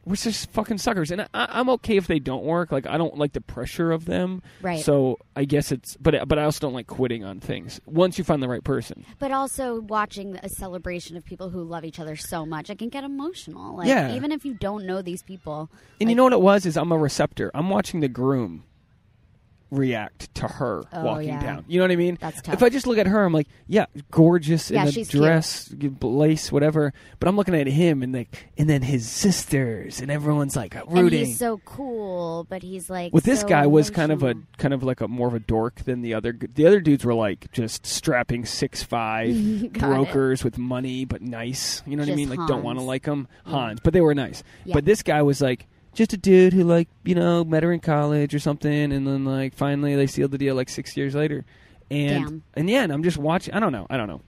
Speaker 2: we're just fucking suckers, and I, I'm okay if they don't work. Like, I don't like the pressure of them.
Speaker 1: Right.
Speaker 2: So I guess it's, but but I also don't like quitting on things once you find the right person.
Speaker 1: But also watching a celebration of people who love each other so much, I can get emotional. Like
Speaker 2: Yeah.
Speaker 1: even if you don't know these people,
Speaker 2: And you
Speaker 1: Like-
Speaker 2: know what it was is I'm a receptor. I'm watching the groom react to her
Speaker 1: Oh,
Speaker 2: walking
Speaker 1: yeah.
Speaker 2: down. You know what I mean?
Speaker 1: that's tough.
Speaker 2: If I just look at her, I'm like, yeah, gorgeous
Speaker 1: Yeah,
Speaker 2: in the
Speaker 1: she's cute.
Speaker 2: dress, g- lace, whatever. But I'm looking at him and like, and then his sisters, and everyone's like
Speaker 1: and
Speaker 2: rooting.
Speaker 1: he's so cool, but he's like.
Speaker 2: Well, this
Speaker 1: so
Speaker 2: guy was kind of a
Speaker 1: emotional.
Speaker 2: kind of like a more of a dork than the other. g- The other dudes were like just strapping six five
Speaker 1: Got it.
Speaker 2: brokers with money, but nice. You know what I
Speaker 1: Just
Speaker 2: mean? Like don't want to
Speaker 1: Hans.
Speaker 2: like them
Speaker 1: Yeah.
Speaker 2: Hans, but they were nice.
Speaker 1: Yeah.
Speaker 2: But this guy was like just a dude who like you know met her in college or something, and then like finally they sealed the deal like six years later. And
Speaker 1: Damn.
Speaker 2: and yeah, and I'm just watching. I don't know. I don't know.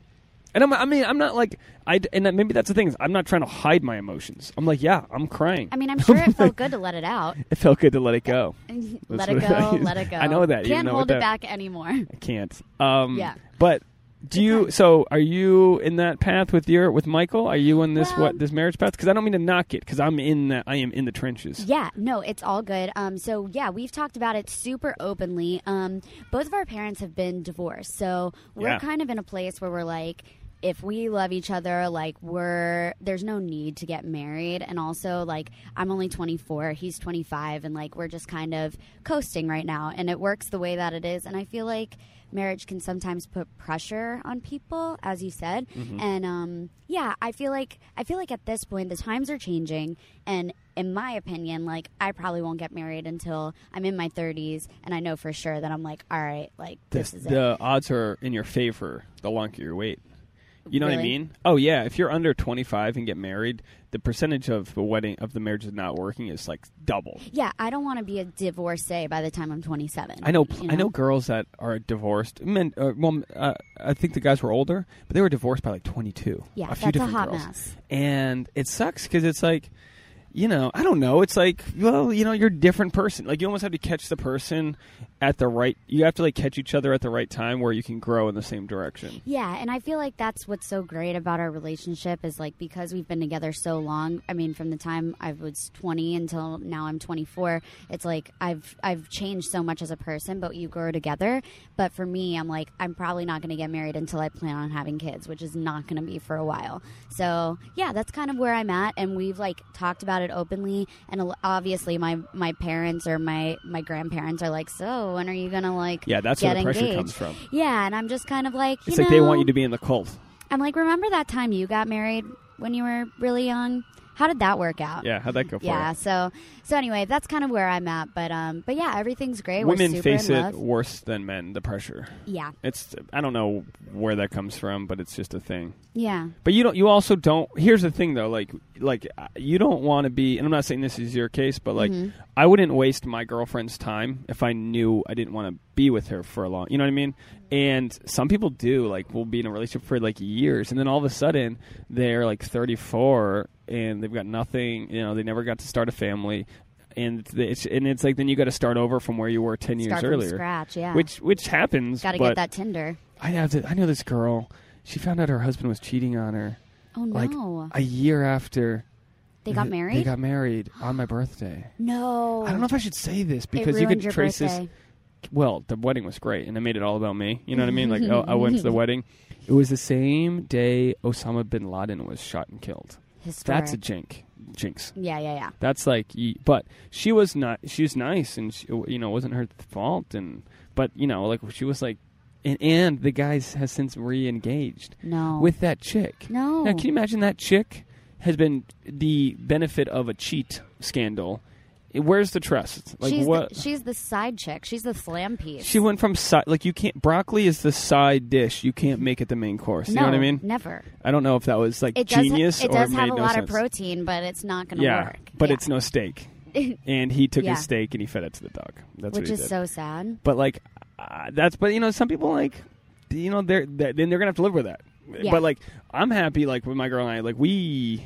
Speaker 2: And I'm, I mean, I'm not like I. d- And that, maybe that's the thing is I'm not trying to hide my emotions. I'm like, yeah, I'm crying.
Speaker 1: I mean, I'm sure it felt good to let it out.
Speaker 2: it felt good to let it go.
Speaker 1: let
Speaker 2: what
Speaker 1: it
Speaker 2: I-
Speaker 1: go. Let it go.
Speaker 2: I know that, even
Speaker 1: Can't
Speaker 2: though
Speaker 1: hold
Speaker 2: that-
Speaker 1: it back anymore.
Speaker 2: I can't. Um,
Speaker 1: Yeah.
Speaker 2: But do you? So are you in that path with your with Michael? Are you in this
Speaker 1: Well-
Speaker 2: what this marriage path? Because I don't mean to knock it. Because I'm in that. I am in the trenches.
Speaker 1: Yeah, no, it's all good. Um, so yeah, we've talked about it super openly. Um, both of our parents have been divorced, so we're
Speaker 2: Yeah.
Speaker 1: kind of in a place where we're like, if we love each other, like we're there's no need to get married, and also like I'm only 24, he's 25, and like we're just kind of coasting right now, and it works the way that it is, and I feel like marriage can sometimes put pressure on people as you said and um, yeah i feel like i feel like at this point the times are changing and in my opinion like i probably won't get married until i'm in my 30s and i know for sure that i'm like all right like this,
Speaker 2: The-
Speaker 1: is it
Speaker 2: the odds are in your favor the longer you wait. You know what I
Speaker 1: Really?
Speaker 2: mean? Oh yeah, if you're under 25 and get married, the percentage of the wedding of the marriage is not working is like double.
Speaker 1: yeah i don't want to be a divorcee by the time i'm 27
Speaker 2: I know,
Speaker 1: you
Speaker 2: I know girls that are divorced. Men, uh, well, uh, I think the guys were older, but they were divorced by like 22.
Speaker 1: yeah
Speaker 2: a
Speaker 1: that's
Speaker 2: few
Speaker 1: a
Speaker 2: different
Speaker 1: hot
Speaker 2: girls.
Speaker 1: mess
Speaker 2: and it sucks because it's like you know i don't know it's like well you know you're a different person like you almost have to catch the person at the right you have to like catch each other at the right time where you can grow in the same direction
Speaker 1: Yeah, and I feel like that's what's so great about our relationship is like because we've been together so long. I mean, from the time I was 20 until now I'm 24, it's like I've I've changed so much as a person, but you grow together. But for me, I'm like I'm probably not going to get married until I plan on having kids, which is not going to be for a while. So, yeah, that's kind of where I'm at and we've like talked about it openly and al- obviously my my parents or my my grandparents are like, "So, when are you going to like
Speaker 2: yeah that's
Speaker 1: get
Speaker 2: where the pressure
Speaker 1: engaged?"
Speaker 2: comes from
Speaker 1: Yeah, and I'm just kind of like, you
Speaker 2: it's like they
Speaker 1: know,
Speaker 2: want you to be in the cult
Speaker 1: I'm like, remember that time you got married when you were really young? How did that work out?
Speaker 2: yeah how'd that go for
Speaker 1: Yeah, so so anyway, that's kind of where I'm at, but um, but yeah, everything's great.
Speaker 2: you
Speaker 1: We're
Speaker 2: women
Speaker 1: super
Speaker 2: face
Speaker 1: in
Speaker 2: it
Speaker 1: love.
Speaker 2: worse than men the pressure
Speaker 1: Yeah,
Speaker 2: it's i don't know where that comes from but it's just a thing
Speaker 1: yeah,
Speaker 2: But you don't. You also don't. Here's the thing, though. Like, like uh, you don't want to be. And I'm not saying this is your case, but like,
Speaker 1: Mhm.
Speaker 2: I wouldn't waste my girlfriend's time if I knew I didn't want to be with her for a long. You know what I mean? And some people do. Like, will be in a relationship for like years, and then all of a sudden they're like 34 and they've got nothing. You know, they never got to start a family, and it's and it's like then you got to start over from where you were 10 years
Speaker 1: start from
Speaker 2: earlier.
Speaker 1: scratch. Yeah,
Speaker 2: Which which happens.
Speaker 1: got to
Speaker 2: but
Speaker 1: get that Tinder.
Speaker 2: I have to, I know this girl. She found out her husband was cheating on her
Speaker 1: Oh no,
Speaker 2: like, a year after
Speaker 1: they got married.
Speaker 2: They got married on my birthday.
Speaker 1: no,
Speaker 2: I don't know if I should say this
Speaker 1: it
Speaker 2: because
Speaker 1: ruined
Speaker 2: you could
Speaker 1: your
Speaker 2: trace
Speaker 1: birthday.
Speaker 2: this. Well, the wedding was great, and it made it all about me. You know what I mean? Like, oh, I went to the wedding. It was the same day Osama bin Laden was shot and killed.
Speaker 1: Historic.
Speaker 2: That's a jink, jinx.
Speaker 1: yeah, yeah, yeah.
Speaker 2: That's like, ye- but she was not. She was nice, and she, you know, it wasn't her fault. And but you know, like she was like, and, and the guy has since re-engaged
Speaker 1: No,
Speaker 2: with that chick.
Speaker 1: no.
Speaker 2: Now, can you imagine that chick has been the benefit of a cheat scandal? Where's the trust? Like
Speaker 1: she's
Speaker 2: what?
Speaker 1: The, she's the side chick. She's the slam piece.
Speaker 2: she went from side like you can't broccoli is the side dish. You can't make it the main course.
Speaker 1: Mm-hmm. no,
Speaker 2: You know what I mean?
Speaker 1: Never.
Speaker 2: I don't know if that was like
Speaker 1: It does.
Speaker 2: genius
Speaker 1: it
Speaker 2: or
Speaker 1: does
Speaker 2: made
Speaker 1: have a
Speaker 2: no
Speaker 1: lot
Speaker 2: sense.
Speaker 1: of protein, but it's not going to
Speaker 2: yeah,
Speaker 1: work.
Speaker 2: but
Speaker 1: Yeah.
Speaker 2: it's no steak. And he took
Speaker 1: Yeah.
Speaker 2: his steak and he fed it to the dog. That's what
Speaker 1: which
Speaker 2: he
Speaker 1: is
Speaker 2: did.
Speaker 1: so sad.
Speaker 2: but like uh, that's but you know some people like you know, they're, they then they're gonna have to live with that.
Speaker 1: Yeah.
Speaker 2: But like, I'm happy. Like with my girl and I, like we,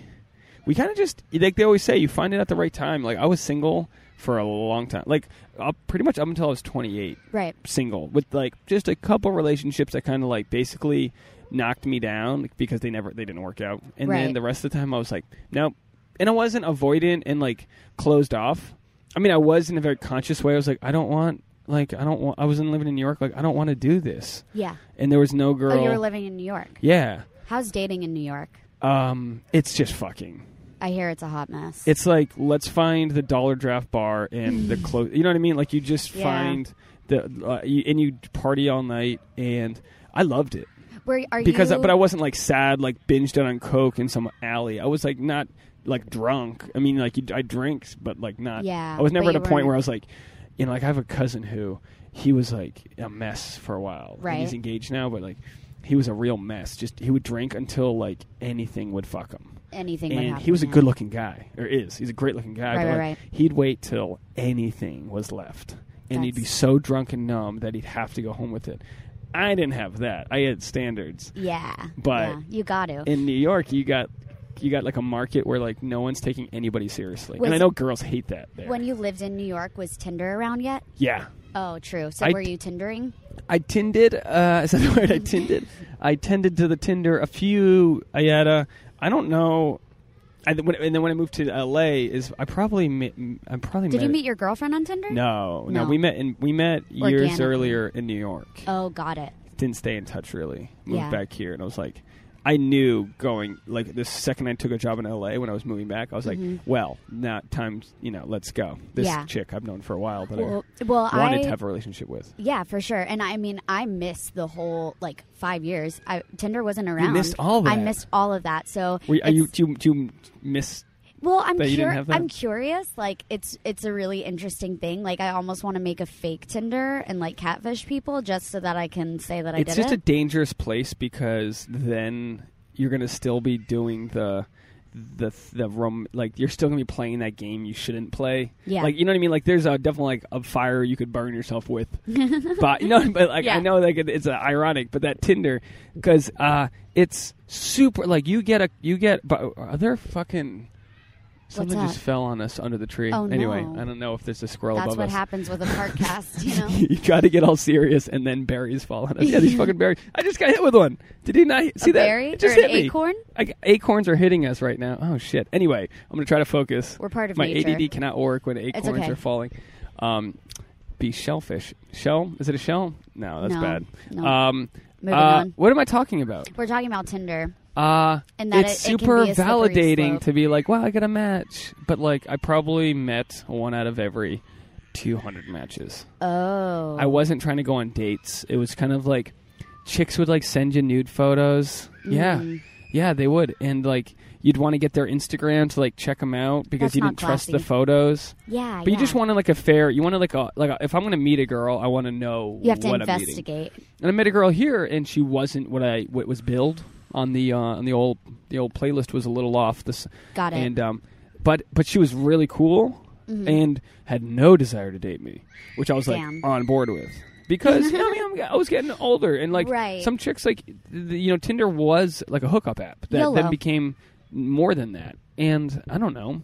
Speaker 2: we kind of just like they always say, you find it at the right time. Like I was single for a long time, like up, pretty much up until I was 28,
Speaker 1: Right.
Speaker 2: single with like just a couple relationships that kind of like basically knocked me down because they never they didn't work out, and
Speaker 1: Right.
Speaker 2: then the rest of the time I was like, nope. And I wasn't avoidant and like closed off. I mean, I was in a very conscious way. I was like, I don't want like I don't want. I wasn't living in New York. Like I don't want to do this.
Speaker 1: Yeah.
Speaker 2: And there was no girl.
Speaker 1: Oh, you were living in New York.
Speaker 2: yeah.
Speaker 1: How's dating in New York?
Speaker 2: Um, it's just fucking.
Speaker 1: I hear it's a hot mess.
Speaker 2: It's like let's find the dollar draft bar and the close. You know what I mean? Like you just
Speaker 1: Yeah.
Speaker 2: find the uh, you, and you party all night, and I loved it
Speaker 1: Where are
Speaker 2: because.
Speaker 1: you?
Speaker 2: but I wasn't like sad, like binged out on coke in some alley. I was like not like drunk. I mean, like you, I drank, but like not.
Speaker 1: Yeah,
Speaker 2: I was never
Speaker 1: but
Speaker 2: at a
Speaker 1: you
Speaker 2: point
Speaker 1: weren't-
Speaker 2: where I was like, you know, like I have a cousin who he was like a mess for a while. And
Speaker 1: Right.
Speaker 2: he's engaged now, but like he was a real mess. Just he would drink until like anything would fuck him
Speaker 1: anything. would
Speaker 2: and
Speaker 1: happen,
Speaker 2: he was a
Speaker 1: yeah.
Speaker 2: good looking guy or is he's a great looking guy
Speaker 1: Right,
Speaker 2: but
Speaker 1: right,
Speaker 2: like,
Speaker 1: right.
Speaker 2: he'd wait till anything was left and he'd be
Speaker 1: That's-
Speaker 2: so drunk and numb that he'd have to go home with it i didn't have that i had standards
Speaker 1: Yeah.
Speaker 2: But-
Speaker 1: yeah, you got to.
Speaker 2: in new york you got you got like a market where like no one's taking anybody seriously
Speaker 1: Was-
Speaker 2: and i know girls hate that there.
Speaker 1: when you lived in New York, was Tinder around yet?
Speaker 2: yeah
Speaker 1: Oh, true. So
Speaker 2: I
Speaker 1: were
Speaker 2: d-
Speaker 1: you Tindering?
Speaker 2: I tended. Uh, is that the word? I tended. I tended to the Tinder a few. I had a. I don't know. I, when, and then when I moved to L.A., is I probably met, I probably
Speaker 1: Did
Speaker 2: met
Speaker 1: you meet your girlfriend on Tinder?
Speaker 2: No, no,
Speaker 1: No.
Speaker 2: we met in we met years
Speaker 1: Organically.
Speaker 2: earlier in New York.
Speaker 1: Oh, got it.
Speaker 2: Didn't stay in touch really. Moved
Speaker 1: Yeah.
Speaker 2: back here, and I was like, I knew going like the second I took a job in L.A. when I was moving back, I was like, well, now times you know, let's go. This
Speaker 1: Mm-hmm. Yeah.
Speaker 2: chick I've known for a while that
Speaker 1: Well,
Speaker 2: I
Speaker 1: well,
Speaker 2: wanted
Speaker 1: I-
Speaker 2: to have a relationship with.
Speaker 1: Yeah, for sure. And I mean, I missed the whole like five years. I, Tinder wasn't around.
Speaker 2: missed all
Speaker 1: I
Speaker 2: that.
Speaker 1: missed all of that. So
Speaker 2: Were, you- are you
Speaker 1: it's-
Speaker 2: do you, do you miss?
Speaker 1: Well, I'm
Speaker 2: that you didn't
Speaker 1: cur-
Speaker 2: have that?
Speaker 1: I'm curious. Like it's it's a really interesting thing. Like I almost want to make a fake Tinder and like catfish people just so that I can say that I
Speaker 2: It's
Speaker 1: did
Speaker 2: just a
Speaker 1: it.
Speaker 2: dangerous place because then you're gonna still be doing the the the rom like you're still gonna be playing that game you shouldn't play.
Speaker 1: Yeah.
Speaker 2: Like you know what I mean? Like there's a definitely like a fire you could burn yourself with. but no, but like
Speaker 1: Yeah.
Speaker 2: I know like it, it's uh, ironic, but that Tinder because uh, it's super like you get a you get but are there fucking something
Speaker 1: that?
Speaker 2: just fell on us under the tree.
Speaker 1: Oh,
Speaker 2: anyway,
Speaker 1: no.
Speaker 2: I don't know if there's a squirrel
Speaker 1: That's
Speaker 2: above
Speaker 1: what
Speaker 2: us.
Speaker 1: happens with a podcast, you know.
Speaker 2: you got to get all serious, and then berries fall on us. Yeah, these fucking berries. I just got hit with one. Did you not see that?
Speaker 1: berry
Speaker 2: It just
Speaker 1: or an
Speaker 2: hit me.
Speaker 1: acorn?
Speaker 2: I g acorns are hitting us right now. Oh shit. Anyway, I'm gonna try to focus.
Speaker 1: We're part of
Speaker 2: my
Speaker 1: nature.
Speaker 2: ADD cannot work when acorns
Speaker 1: okay.
Speaker 2: are falling. Um, be shellfish. Shell? Is it a shell? No, that's
Speaker 1: No.
Speaker 2: bad.
Speaker 1: No.
Speaker 2: Um,
Speaker 1: Moving
Speaker 2: uh,
Speaker 1: on.
Speaker 2: What am I talking about?
Speaker 1: We're talking about Tinder.
Speaker 2: Uh,
Speaker 1: And that
Speaker 2: it's
Speaker 1: it- it can
Speaker 2: super
Speaker 1: be a slippery
Speaker 2: validating
Speaker 1: slope.
Speaker 2: to be like, wow, I got a match. But like, I probably met one out of every 200 matches.
Speaker 1: Oh,
Speaker 2: I wasn't trying to go on dates. It was kind of like chicks would like send you nude photos. Yeah.
Speaker 1: Mm.
Speaker 2: Yeah, they would. And like you'd want to get their Instagram to like check them out because
Speaker 1: That's
Speaker 2: you
Speaker 1: not
Speaker 2: didn't trust the
Speaker 1: classy.
Speaker 2: photos.
Speaker 1: yeah.
Speaker 2: But you just wanted like a fair, you wanted like a like a, if I'm going to meet a girl, I want to know
Speaker 1: you have to
Speaker 2: what I'm meeting.
Speaker 1: investigate.
Speaker 2: And I met a girl here and she wasn't what I what was billed on the uh, on the old the old playlist was a little off this
Speaker 1: Got it. Mm-hmm.
Speaker 2: and um, but but she was really cool and had no desire to date me, which I was
Speaker 1: Damn.
Speaker 2: like on board with because you know, I, mean, I'm, I was getting older and like
Speaker 1: Right.
Speaker 2: some chicks like th- you know Tinder was like a hookup app that
Speaker 1: YOLO.
Speaker 2: then became more than that, and I don't know.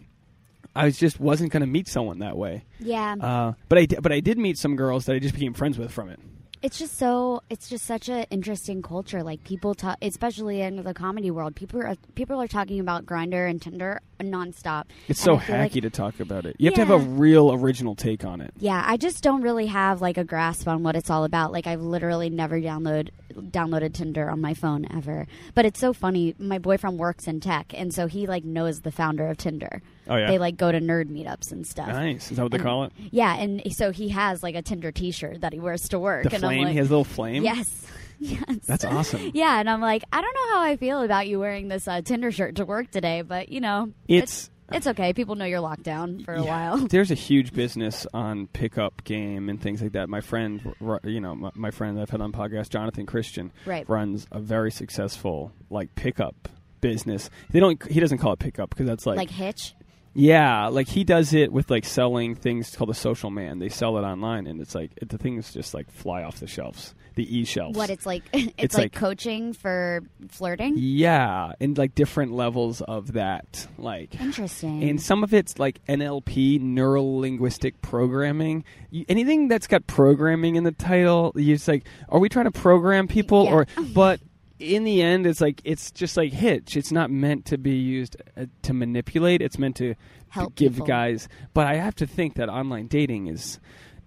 Speaker 2: I was just wasn't going to meet someone that way,
Speaker 1: yeah.
Speaker 2: uh, but I di- but I did meet some girls that I just became friends with from it.
Speaker 1: It's just so. It's just such an interesting culture. Like people talk, especially in the comedy world, people are people are talking about Grinder and Tinder nonstop. And
Speaker 2: It's so
Speaker 1: I feel like-
Speaker 2: hacky to talk about it. You have to have a
Speaker 1: Yeah.
Speaker 2: real original take on it.
Speaker 1: yeah, I just don't really have like a grasp on what it's all about. Like I've literally never download downloaded Tinder on my phone ever. But it's so funny. My boyfriend works in tech, and so he like knows the founder of Tinder.
Speaker 2: Oh, yeah?
Speaker 1: they like go to nerd meetups and stuff.
Speaker 2: Nice. Is that what they
Speaker 1: And-
Speaker 2: call it?
Speaker 1: Yeah, and so he has like a Tinder T-shirt that he wears to work.
Speaker 2: The
Speaker 1: and
Speaker 2: flame.
Speaker 1: I'm like,
Speaker 2: he has a little flame.
Speaker 1: yes, yes.
Speaker 2: That's awesome.
Speaker 1: Yeah, and I'm like, I don't know how I feel about you wearing this uh, Tinder shirt to work today, but you know,
Speaker 2: It's-
Speaker 1: it's okay. People know you're locked down for a
Speaker 2: Yeah.
Speaker 1: while.
Speaker 2: There's a huge business on pickup game and things like that. My friend, r- you know, my, my friend I've had on podcast, Jonathan Christian,
Speaker 1: Right.
Speaker 2: runs a very successful like pickup business. They don't. He doesn't call it pickup because that's
Speaker 1: Like Hitch.
Speaker 2: Yeah, like he does it with like selling things called the social man. They sell it online, and it's like it, the things just like fly off the shelves. the e shelves.
Speaker 1: What it's like? It's,
Speaker 2: It's
Speaker 1: like,
Speaker 2: like-
Speaker 1: coaching for flirting.
Speaker 2: yeah, and like different levels of that, like.
Speaker 1: Interesting.
Speaker 2: And some of it's like NLP, neuro linguistic programming. You, anything that's got programming in the title, you just like, are we trying to program people?
Speaker 1: Yeah.
Speaker 2: Or but in the end, it's like it's just like Hitch. It's not meant to be used uh, to manipulate. It's meant to
Speaker 1: Help
Speaker 2: give
Speaker 1: people.
Speaker 2: guys. But I have to think that online dating is.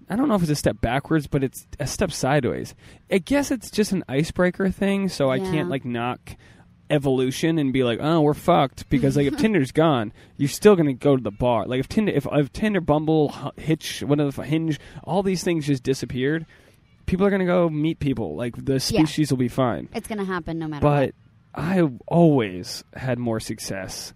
Speaker 2: I don't know if it's a step backwards, but it's a step sideways. I guess it's just an icebreaker thing, so I
Speaker 1: Yeah.
Speaker 2: can't like knock evolution and be like, oh, we're fucked because like if Tinder's gone, you're still gonna go to the bar. Like if Tinder, if, if Tinder, Bumble, H- Hitch, one of the Hinge, all these things just disappeared, people are gonna go meet people. Like the species will be fine.
Speaker 1: it's going to happen no matter. what.
Speaker 2: But I always had more success,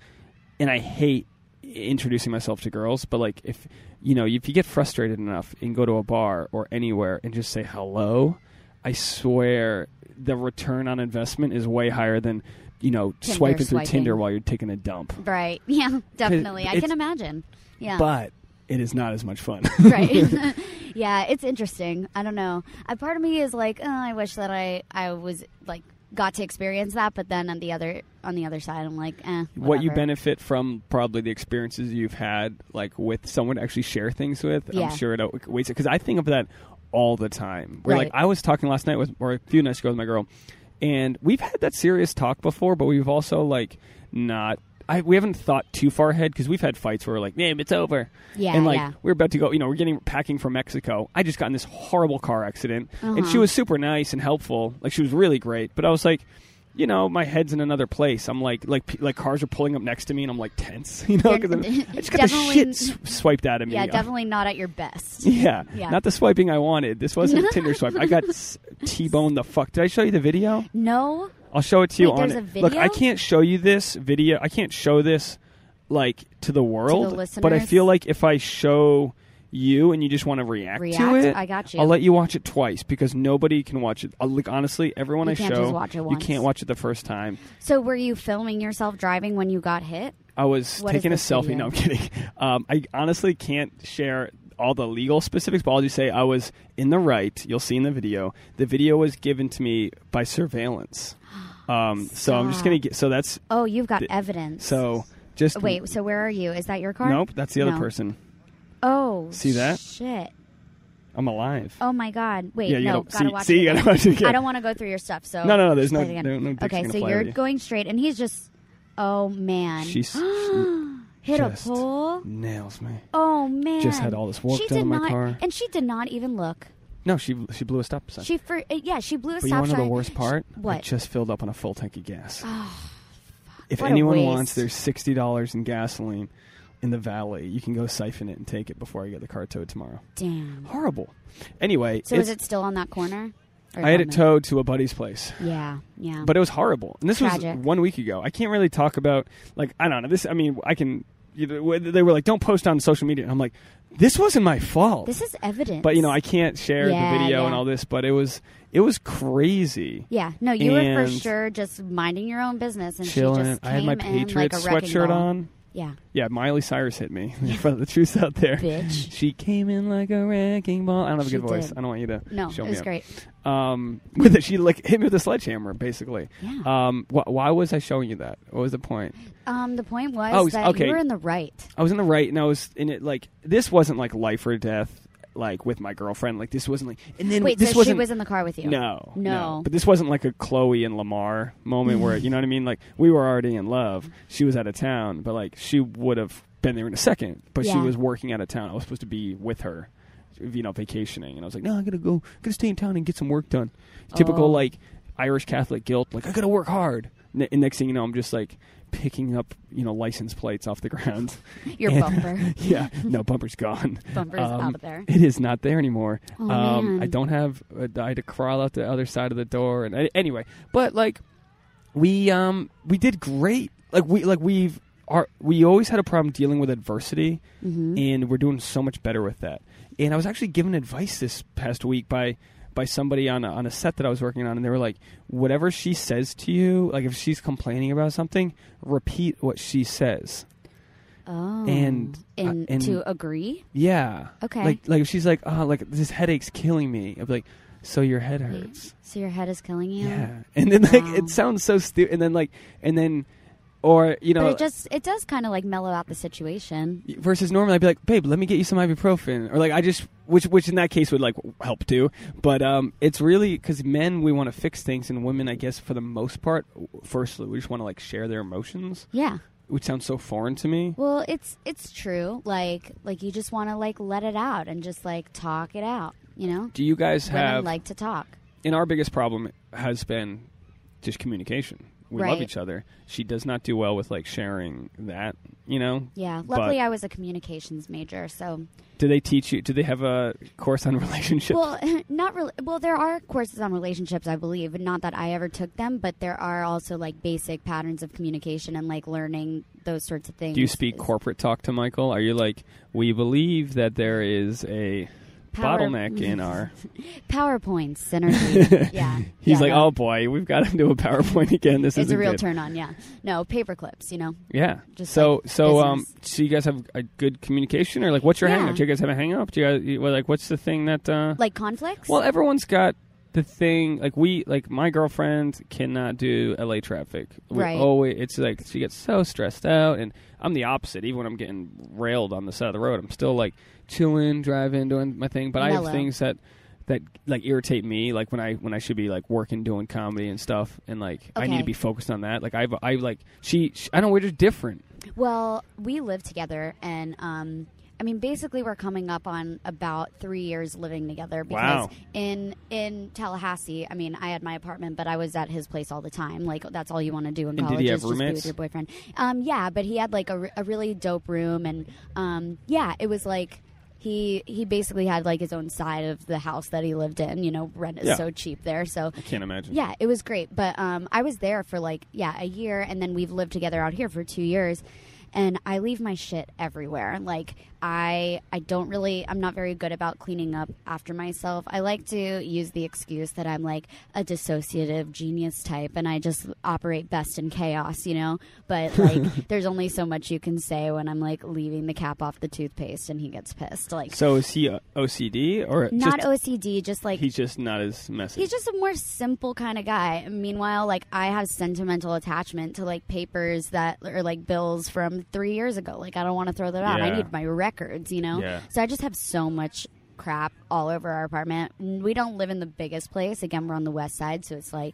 Speaker 2: and I hate introducing myself to girls. But like if you know, if you get frustrated enough and go to a bar or anywhere and just say hello, I swear the return on investment is way higher than you know
Speaker 1: Tinder
Speaker 2: swiping
Speaker 1: swiping.
Speaker 2: through Tinder while you're taking a dump.
Speaker 1: Right. Yeah, definitely. I
Speaker 2: it's-
Speaker 1: can imagine. Yeah.
Speaker 2: But it is not as much fun.
Speaker 1: right. yeah, it's interesting. I don't know. A part of me is like, oh, I wish that I I was like got to experience that, but then on the other on the other side, I'm like, eh.
Speaker 2: what you
Speaker 1: whatever.
Speaker 2: benefit from probably the experiences you've had like with someone to actually share things with
Speaker 1: Yeah.
Speaker 2: i'm sure it outweighs it because i think of that all the time where like
Speaker 1: Right.
Speaker 2: i was talking last night with or a few nights ago with my girl and we've had that serious talk before but we've also like not I, we haven't thought too far ahead because we've had fights where we're like, "Man, it's over,"
Speaker 1: Yeah,
Speaker 2: and like
Speaker 1: yeah.
Speaker 2: we're about to go. You know, we're getting packing from Mexico. I just got in this horrible car accident, and she
Speaker 1: Uh-huh.
Speaker 2: was super nice and helpful. Like she was really great, but I was like, you know, my head's in another place. I'm like, like, pe- like cars are pulling up next to me, and I'm like tense, you know,
Speaker 1: You're-
Speaker 2: because I just got the
Speaker 1: definitely-
Speaker 2: shit s- swiped out of me.
Speaker 1: Yeah, definitely not at your best.
Speaker 2: Yeah.
Speaker 1: Yeah.
Speaker 2: not the swiping I wanted. This wasn't a Tinder swipe. I got s- T-boned the fuck. Did I show you the video?
Speaker 1: No.
Speaker 2: I'll show it to you
Speaker 1: Wait,
Speaker 2: on.
Speaker 1: there's a
Speaker 2: Look,
Speaker 1: video?
Speaker 2: I can't show you this video. I can't show this like to the world. but I
Speaker 1: listeners?
Speaker 2: feel like if I show you and you just want to react, to
Speaker 1: React?
Speaker 2: it,
Speaker 1: I got you.
Speaker 2: I'll let you watch it twice because nobody can watch it. Uh, Like honestly, everyone
Speaker 1: You
Speaker 2: I
Speaker 1: can't
Speaker 2: show,
Speaker 1: just watch it
Speaker 2: you
Speaker 1: once.
Speaker 2: can't watch it the first time.
Speaker 1: So were you filming yourself driving when you got hit?
Speaker 2: I was
Speaker 1: What is
Speaker 2: taking a
Speaker 1: this
Speaker 2: selfie.
Speaker 1: video?
Speaker 2: No, I'm kidding. Um, I honestly can't share all the legal specifics, but I'll just say I was in the right. You'll see in the video. The video was given to me by surveillance. Um, so I'm just
Speaker 1: Stop.
Speaker 2: gonna get. So that's
Speaker 1: Oh, you've got evidence.
Speaker 2: so just
Speaker 1: wait, so where are you? Is that your car?
Speaker 2: Nope, that's the other
Speaker 1: No.
Speaker 2: person.
Speaker 1: Oh,
Speaker 2: See that?
Speaker 1: Shit.
Speaker 2: I'm alive.
Speaker 1: Oh my god. Wait,
Speaker 2: Yeah, you
Speaker 1: no,
Speaker 2: gotta-
Speaker 1: gotta
Speaker 2: see-
Speaker 1: watch
Speaker 2: see,
Speaker 1: it.
Speaker 2: you gotta
Speaker 1: again.
Speaker 2: watch it again.
Speaker 1: I don't want to go through your stuff. So
Speaker 2: No, no, no, there's
Speaker 1: play
Speaker 2: no-
Speaker 1: it again.
Speaker 2: no- no dick's
Speaker 1: okay,
Speaker 2: gonna
Speaker 1: so
Speaker 2: play
Speaker 1: you're
Speaker 2: with you.
Speaker 1: going straight, and he's just, oh man,
Speaker 2: She's-
Speaker 1: hit a
Speaker 2: just-
Speaker 1: pole.
Speaker 2: Nails me.
Speaker 1: Oh man,
Speaker 2: Just had all this work
Speaker 1: she
Speaker 2: done
Speaker 1: did
Speaker 2: on my
Speaker 1: not,
Speaker 2: car.
Speaker 1: and she did not even look.
Speaker 2: No, she she blew a stop sign.
Speaker 1: She for yeah, she blew a
Speaker 2: but you
Speaker 1: stop
Speaker 2: want to know the
Speaker 1: sign.
Speaker 2: worst
Speaker 1: She-
Speaker 2: part? I
Speaker 1: what? Oh,
Speaker 2: just filled up on a full tank of gas. if
Speaker 1: What a
Speaker 2: anyone
Speaker 1: waste.
Speaker 2: wants, there's sixty dollars in gasoline in the valley. You can go siphon it and take it before I get the car towed tomorrow.
Speaker 1: Damn.
Speaker 2: Horrible. Anyway,
Speaker 1: So
Speaker 2: it's,
Speaker 1: is it still on that corner? Or
Speaker 2: I
Speaker 1: on
Speaker 2: had it
Speaker 1: the-
Speaker 2: towed to a buddy's place.
Speaker 1: Yeah, yeah.
Speaker 2: but it was horrible. And this
Speaker 1: Tragic.
Speaker 2: was one week ago. I can't really talk about like I don't know this. I mean, I can. you know, They were like, "Don't post on social media," and I'm like, "This wasn't my fault."
Speaker 1: this is evidence.
Speaker 2: but you know, I can't share
Speaker 1: Yeah,
Speaker 2: the video
Speaker 1: yeah.
Speaker 2: and all this. But it was it was crazy.
Speaker 1: Yeah, no, you were for
Speaker 2: And-
Speaker 1: sure just minding your own business, and she
Speaker 2: Chilling.
Speaker 1: just came
Speaker 2: I had my
Speaker 1: in like a
Speaker 2: Patriots
Speaker 1: wrecking
Speaker 2: sweatshirt
Speaker 1: ball.
Speaker 2: on.
Speaker 1: Yeah,
Speaker 2: Yeah, Miley Cyrus hit me. For the truth out there,
Speaker 1: Bitch.
Speaker 2: She came in like a wrecking ball. I don't have a
Speaker 1: She
Speaker 2: good voice.
Speaker 1: did.
Speaker 2: I don't want you to
Speaker 1: no,
Speaker 2: show
Speaker 1: it
Speaker 2: me
Speaker 1: was
Speaker 2: up.
Speaker 1: great.
Speaker 2: Um, with it, she like hit me with a sledgehammer, basically.
Speaker 1: Yeah.
Speaker 2: Um, wh- why was I showing you that? What was the point?
Speaker 1: Um, the point was
Speaker 2: Oh,
Speaker 1: that
Speaker 2: okay.
Speaker 1: you were in the right.
Speaker 2: I was in the right, and I was in it. Like this wasn't like life or death, like with my girlfriend. Like this wasn't like. And then
Speaker 1: Wait,
Speaker 2: this
Speaker 1: so she
Speaker 2: wasn't.
Speaker 1: was in the car with you?
Speaker 2: no,
Speaker 1: No.
Speaker 2: But this wasn't like a Chloe and Lamar moment where you know what I mean. Like we were already in love. She was out of town, but like she would have been there in a second. But she
Speaker 1: Yeah.
Speaker 2: was working out of town. I was supposed to be with her, you know, vacationing, and I was like, no, I gotta go, gotta stay in town and get some work done. Typical
Speaker 1: Oh.
Speaker 2: like Irish Catholic guilt. Like I gotta work hard. Ne- And next thing you know, I'm just like picking up you know license plates off the ground.
Speaker 1: Your
Speaker 2: And- Um,
Speaker 1: bumper.
Speaker 2: yeah, no, bumper's gone.
Speaker 1: Bumper's out of there.
Speaker 2: It is not there anymore.
Speaker 1: Oh,
Speaker 2: um,
Speaker 1: man.
Speaker 2: I don't have. Uh, I had to crawl out the other side of the door. And I, anyway, but like we um we did great. Like we like we've are we always had a problem dealing with adversity,
Speaker 1: Mm-hmm.
Speaker 2: and we're doing so much better with that. And I was actually given advice this past week by by somebody on a, on a set that I was working on, and they were like, "Whatever she says to you, like if she's complaining about something, repeat what she says."
Speaker 1: Oh.
Speaker 2: And-
Speaker 1: in,
Speaker 2: uh, and-
Speaker 1: to agree?
Speaker 2: Yeah.
Speaker 1: Okay.
Speaker 2: Like like if she's like, oh, like this headache's killing me. I'd be like, so your head
Speaker 1: Wait,
Speaker 2: hurts.
Speaker 1: so your head is killing you.
Speaker 2: Yeah. And then like
Speaker 1: Wow.
Speaker 2: it sounds so stupid. And then like and then or you
Speaker 1: But
Speaker 2: know
Speaker 1: it just it does kind of like mellow out the situation.
Speaker 2: versus normally I'd be like, babe, let me get you some ibuprofen, or like I just which which in that case would like help too. But um, it's really because men we want to fix things, and women I guess for the most part, firstly we just want to like share their emotions,
Speaker 1: Yeah.
Speaker 2: which sounds so foreign to me.
Speaker 1: Well, it's it's true. Like like you just want to like let it out and just like talk it out. You know,
Speaker 2: Do you guys
Speaker 1: women
Speaker 2: have?
Speaker 1: like to talk.
Speaker 2: and our biggest problem has been just communication. We love
Speaker 1: Right.
Speaker 2: each other. She does not do well with like sharing that. You know,
Speaker 1: Yeah.
Speaker 2: But-
Speaker 1: Luckily, I was a communications major, so
Speaker 2: do they teach you? Do they have a course on relationships?
Speaker 1: well, not really. Well, there are courses on relationships, I believe, but not that I ever took them. But there are also like basic patterns of communication and like learning those sorts of things.
Speaker 2: Do you speak corporate talk to Michael? Are you like, we believe that there is a
Speaker 1: Power-
Speaker 2: bottleneck in our.
Speaker 1: PowerPoint synergy? yeah.
Speaker 2: He's
Speaker 1: Yeah,
Speaker 2: like,
Speaker 1: no.
Speaker 2: oh boy, we've got to do a PowerPoint again. This
Speaker 1: it's
Speaker 2: is
Speaker 1: a real
Speaker 2: good.
Speaker 1: turn on. Yeah. No paper clips. You know.
Speaker 2: Yeah.
Speaker 1: Just
Speaker 2: so
Speaker 1: like
Speaker 2: so um
Speaker 1: business.
Speaker 2: so you guys have a good communication or like what's your hang
Speaker 1: Yeah.
Speaker 2: up? Do you guys have a hang up? Do you guys you- well, like what's the thing that uh
Speaker 1: Like conflicts?
Speaker 2: Well, everyone's got the thing like we like my girlfriend cannot do LA traffic. We
Speaker 1: Right.
Speaker 2: always it's like she gets so stressed out and I'm the opposite. Even when I'm getting railed on the side of the road, I'm still like chilling, driving, doing my thing. But I have
Speaker 1: Mellow.
Speaker 2: things that that like irritate me like when I when I should be like working doing comedy and stuff and like I need
Speaker 1: Okay.
Speaker 2: to be focused on that. Like I have I like she, she I don't know we're just different.
Speaker 1: Well, we live together, and um, I mean, basically, we're coming up on about three years living together. Because
Speaker 2: Wow.
Speaker 1: In in Tallahassee, I mean, I had my apartment, but I was at his place all the time. Like that's all you want to do in
Speaker 2: did he
Speaker 1: college
Speaker 2: have
Speaker 1: is just be
Speaker 2: roommates?
Speaker 1: with your boyfriend. Um, yeah, but he had like a, re- a really dope room, and um, yeah, it was like. He, he basically had like his own side of the house that he lived in. You know, rent is
Speaker 2: Yeah.
Speaker 1: so cheap there. So
Speaker 2: Can't imagine.
Speaker 1: yeah, it was great. But um, I was there for like yeah a year, and then we've lived together out here for two years. And I leave my shit everywhere. Like I, I don't really. I'm not very good about cleaning up after myself. I like to use the excuse that I'm like a dissociative genius type, and I just operate best in chaos, you know. But like, there's only so much you can say when I'm like leaving the cap off the toothpaste, and he gets pissed. Like,
Speaker 2: So is he uh, OCD or
Speaker 1: not
Speaker 2: just,
Speaker 1: OCD, just like
Speaker 2: he's just not as messy?
Speaker 1: he's just a more simple kind of guy. Meanwhile, like I have sentimental attachment to like papers that are like bills from three years ago. Like I don't want to throw that out.
Speaker 2: Yeah.
Speaker 1: I need my records, you know.
Speaker 2: Yeah.
Speaker 1: So I just have so much crap all over our apartment. And We don't live in the biggest place. Again, we're on the west side, so it's like,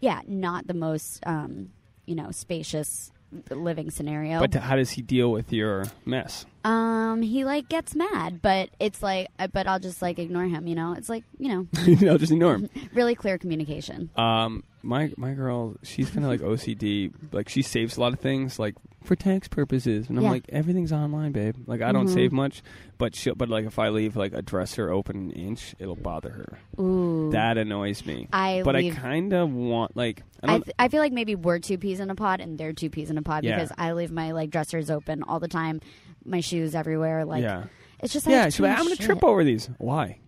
Speaker 1: yeah, not the most, um, you know, spacious living scenario.
Speaker 2: but how does he deal with your mess?
Speaker 1: um, he like gets mad, but it's like, but I'll just like ignore him. You know, it's like you know,
Speaker 2: you know, just ignore him.
Speaker 1: really clear communication.
Speaker 2: Um, my my girl, she's kind of like OCD. Like she saves a lot of things, like for tax purposes. And I'm
Speaker 1: Yeah. Mm-hmm.
Speaker 2: like, everything's online, babe. Like I don't save much, but she will but like if I leave like a dresser open an inch, it'll bother her.
Speaker 1: Ooh.
Speaker 2: That annoys me.
Speaker 1: I
Speaker 2: but
Speaker 1: leave-
Speaker 2: I kind of want like I
Speaker 1: I,
Speaker 2: don't.
Speaker 1: th- I feel like maybe we're two peas in a pod and they're two peas in a pod
Speaker 2: Yeah.
Speaker 1: because I leave my like dressers open all the time, my shoes everywhere. Like,
Speaker 2: yeah,
Speaker 1: it's just
Speaker 2: yeah.
Speaker 1: Like,
Speaker 2: She's like, I'm gonna trip over these. Why?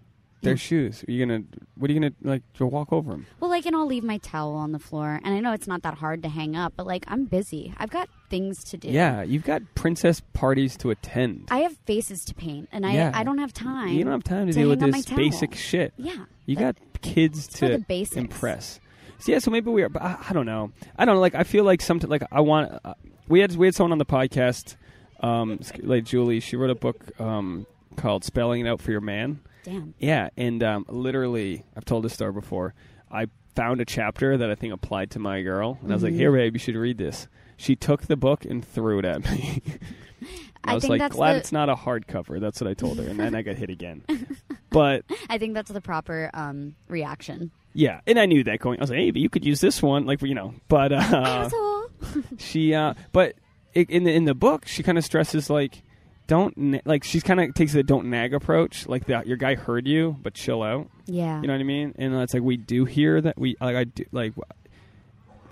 Speaker 2: They're shoes. Are you gonna? What are you gonna like? You'll walk over them.
Speaker 1: Well, like, and I'll leave my towel on the floor, and I know it's not that hard to hang up, but like, I'm busy. I've got things to do.
Speaker 2: Yeah, you've got princess parties to attend.
Speaker 1: I have faces to paint, and I
Speaker 2: Yeah.
Speaker 1: I don't have time.
Speaker 2: you don't have time to,
Speaker 1: to
Speaker 2: deal with
Speaker 1: hang up
Speaker 2: this
Speaker 1: my
Speaker 2: basic
Speaker 1: towel.
Speaker 2: shit.
Speaker 1: yeah,
Speaker 2: You
Speaker 1: but-
Speaker 2: got kids
Speaker 1: for
Speaker 2: to
Speaker 1: the basics.
Speaker 2: impress. So, yeah, so maybe we are. But I, I don't know. I don't know. Like I feel like some. Like I want. Uh, we had we had someone on the podcast, um, s- like Julie. She wrote a book um, called "Spelling It Out for Your Man."
Speaker 1: damn.
Speaker 2: Yeah, and um, literally, I've told this story before. I found a chapter that I think applied to my girl, and I was like, "Here,
Speaker 1: Mm-hmm.
Speaker 2: babe, you should read this." She took the book and threw it at me. I,
Speaker 1: I
Speaker 2: was
Speaker 1: think
Speaker 2: like,
Speaker 1: that's
Speaker 2: "Glad
Speaker 1: the-
Speaker 2: it's not a hardcover." That's what I told her, and then I got hit again. But
Speaker 1: I think that's the proper um, reaction.
Speaker 2: yeah, and I knew that going. I was like, "Hey, but you could use this one, like you know." But uh,
Speaker 1: Asshole.
Speaker 2: she, uh, but i in the in the book, she kind of stresses like, "Don't na- like." She's kind of takes the "don't nag" approach, like the, your guy heard you, but chill out.
Speaker 1: Yeah.
Speaker 2: You know what I mean? And it's like we do hear that we like I do like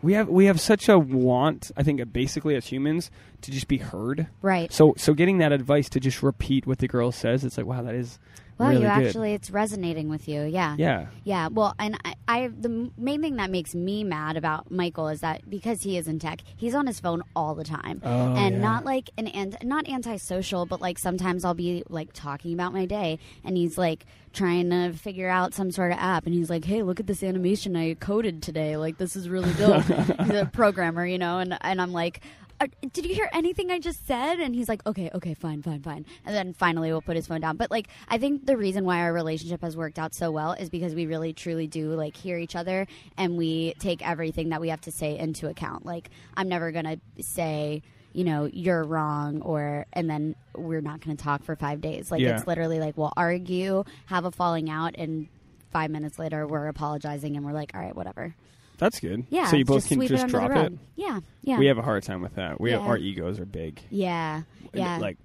Speaker 2: we have we have such a want. I think basically as humans to just be heard.
Speaker 1: right.
Speaker 2: So so getting that advice to just repeat what the girl says, it's like wow, that is
Speaker 1: Well,
Speaker 2: really
Speaker 1: you
Speaker 2: good.
Speaker 1: actually, it's resonating with you. Yeah.
Speaker 2: yeah,
Speaker 1: Yeah, well, and I, I the m- main thing that makes me mad about Michael is that because he is in tech, he's on his phone all the time,
Speaker 2: Oh,
Speaker 1: and
Speaker 2: yeah.
Speaker 1: not like an anti, not antisocial, but like sometimes I'll be like talking about my day, and he's like trying to figure out some sort of app, and he's like, "Hey, look at this animation I coded today. Like this is really dope." he's a programmer, you know, and and I'm like. "Uh, Did you hear anything I just said? And he's like, okay, okay, fine, fine, fine. And then finally, we'll put his phone down. But like, I think the reason why our relationship has worked out so well is because we really truly do like hear each other and we take everything that we have to say into account. Like, I'm never gonna say, you know, you're wrong, or and then we're not gonna talk for five days. Like,
Speaker 2: Yeah.
Speaker 1: it's literally like we'll argue, have a falling out, and five minutes later we're apologizing and we're like, all right, whatever.
Speaker 2: that's good.
Speaker 1: Yeah.
Speaker 2: so you both can
Speaker 1: sweep
Speaker 2: just
Speaker 1: under the
Speaker 2: drop
Speaker 1: rug.
Speaker 2: it.
Speaker 1: Yeah. Yeah.
Speaker 2: We have a hard time with that. We
Speaker 1: Yeah.
Speaker 2: our egos are big.
Speaker 1: yeah. Yeah.
Speaker 2: Like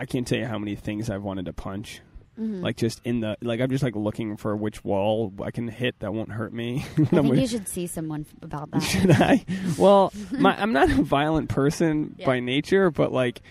Speaker 2: I can't tell you how many things I've wanted to punch.
Speaker 1: Mm-hmm.
Speaker 2: Like just in the like I'm just like looking for which wall I can hit that won't hurt me.
Speaker 1: I think you should see someone f- about that.
Speaker 2: Should I? Well, my, I'm not a violent person
Speaker 1: Yeah.
Speaker 2: by nature, but like,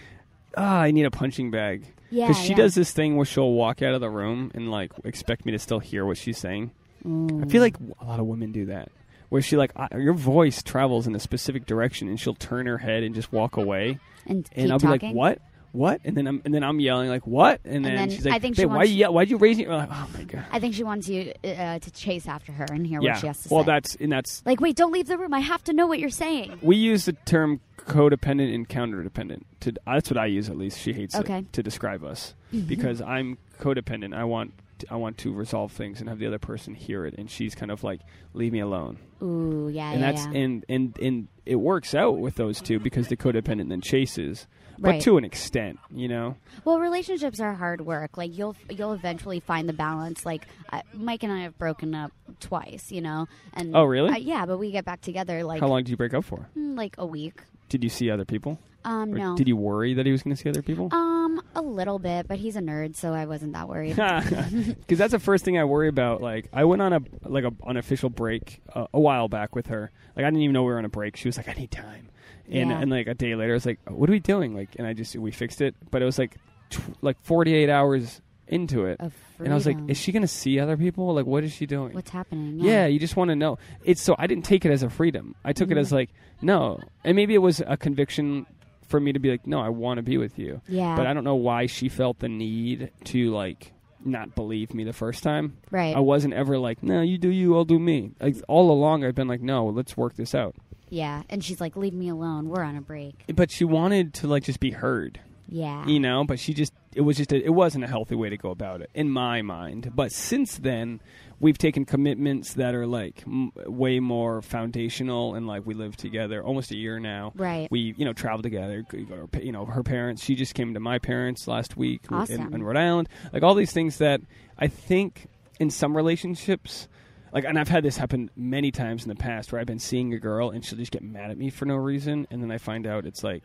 Speaker 2: ah, I need a punching bag.
Speaker 1: Yeah,
Speaker 2: she
Speaker 1: yeah.
Speaker 2: does this thing where she'll walk out of the room and like expect me to still hear what she's saying. I
Speaker 1: Mm.
Speaker 2: feel like a lot of women do that, where she like I, your voice travels in a specific direction and she'll turn her head and just walk away,
Speaker 1: and
Speaker 2: and
Speaker 1: keep
Speaker 2: I'll
Speaker 1: talking.
Speaker 2: be like, what? What? And then I'm and then I'm yelling like what? And,
Speaker 1: And then
Speaker 2: she's like,
Speaker 1: I think she
Speaker 2: "Babe, why
Speaker 1: wants-
Speaker 2: you yell? Why'd you raise your? Like, oh my god!
Speaker 1: I think she wants you uh, to chase after her and hear what she
Speaker 2: yeah.
Speaker 1: has to
Speaker 2: Well,
Speaker 1: say.
Speaker 2: that's and that's
Speaker 1: like, wait, don't leave the room. I have to know what you're saying.
Speaker 2: We use the term codependent and counterdependent. To that's what I use at least. She hates
Speaker 1: Okay. Mm-hmm.
Speaker 2: it to describe us because I'm codependent. I want I want to resolve things and have the other person hear it, and she's kind of like, "Leave me alone."
Speaker 1: Ooh, yeah,
Speaker 2: and
Speaker 1: yeah,
Speaker 2: that's
Speaker 1: yeah.
Speaker 2: and and and it works out with those two because the codependent then chases,
Speaker 1: Right.
Speaker 2: but to an extent, you know.
Speaker 1: Well, relationships are hard work. Like you'll you'll eventually find the balance. Like I, Mike and I have broken up twice, you know. And
Speaker 2: Oh, really?
Speaker 1: I- yeah, but we get back together like
Speaker 2: How long did you break up for?
Speaker 1: mm, like a week.
Speaker 2: Did you see other people?
Speaker 1: Um,
Speaker 2: Or
Speaker 1: no.
Speaker 2: Did you worry that he was going to see other people?
Speaker 1: um, a little bit, but he's a nerd, so I wasn't that worried.
Speaker 2: because that's the first thing I worry about. Like I went on a like a unofficial break uh, a while back with her. Like I didn't even know we were on a break. She was like, "I need time," and
Speaker 1: Yeah.
Speaker 2: and like a day later, I was like, "What are we doing?" Like, and I just we fixed it, but it was like tw- like forty eight hours into it,
Speaker 1: Of
Speaker 2: and I was like,
Speaker 1: freedom.
Speaker 2: "Is she gonna see other people? Like, what is she doing?"
Speaker 1: What's happening?
Speaker 2: yeah. you just want to know. It's so I didn't take it as a freedom. I
Speaker 1: Mm-hmm.
Speaker 2: took it as like no, and maybe it was a conviction for me to be like, no, I want to be with you
Speaker 1: Yeah.
Speaker 2: but I don't know why she felt the need to like not believe me the first time.
Speaker 1: Right.
Speaker 2: I wasn't ever like, no, you do you, I'll do me. Like all along, I've been like, no, let's work this out.
Speaker 1: yeah. And she's like, leave me alone. We're on a break.
Speaker 2: But she wanted to like just be heard,
Speaker 1: Yeah.
Speaker 2: you know. But she just, it was just, a, it wasn't a healthy way to go about it in my mind. But since then, we've taken commitments that are like m- way more foundational, and like we live together almost a year now.
Speaker 1: Right.
Speaker 2: we you know traveled together we go to her pa- you know her parents she just came to my parents last week in-
Speaker 1: Awesome.
Speaker 2: in, rhode island like all these things that i think in some relationships like and i've had this happen many times in the past where i've been seeing a girl and she'll just get mad at me for no reason and then i find out it's like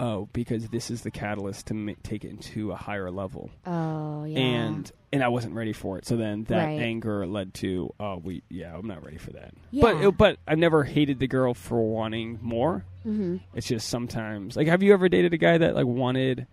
Speaker 2: oh because this is the catalyst to ma- take it into a higher level
Speaker 1: oh, yeah.
Speaker 2: and and I wasn't ready for it. So then that
Speaker 1: Right.
Speaker 2: anger led to, oh, we, yeah, I'm not ready for that.
Speaker 1: Yeah.
Speaker 2: But but I never hated the girl for wanting more. Mm-hmm. It's just sometimes, like, have you ever dated a guy that like wanted,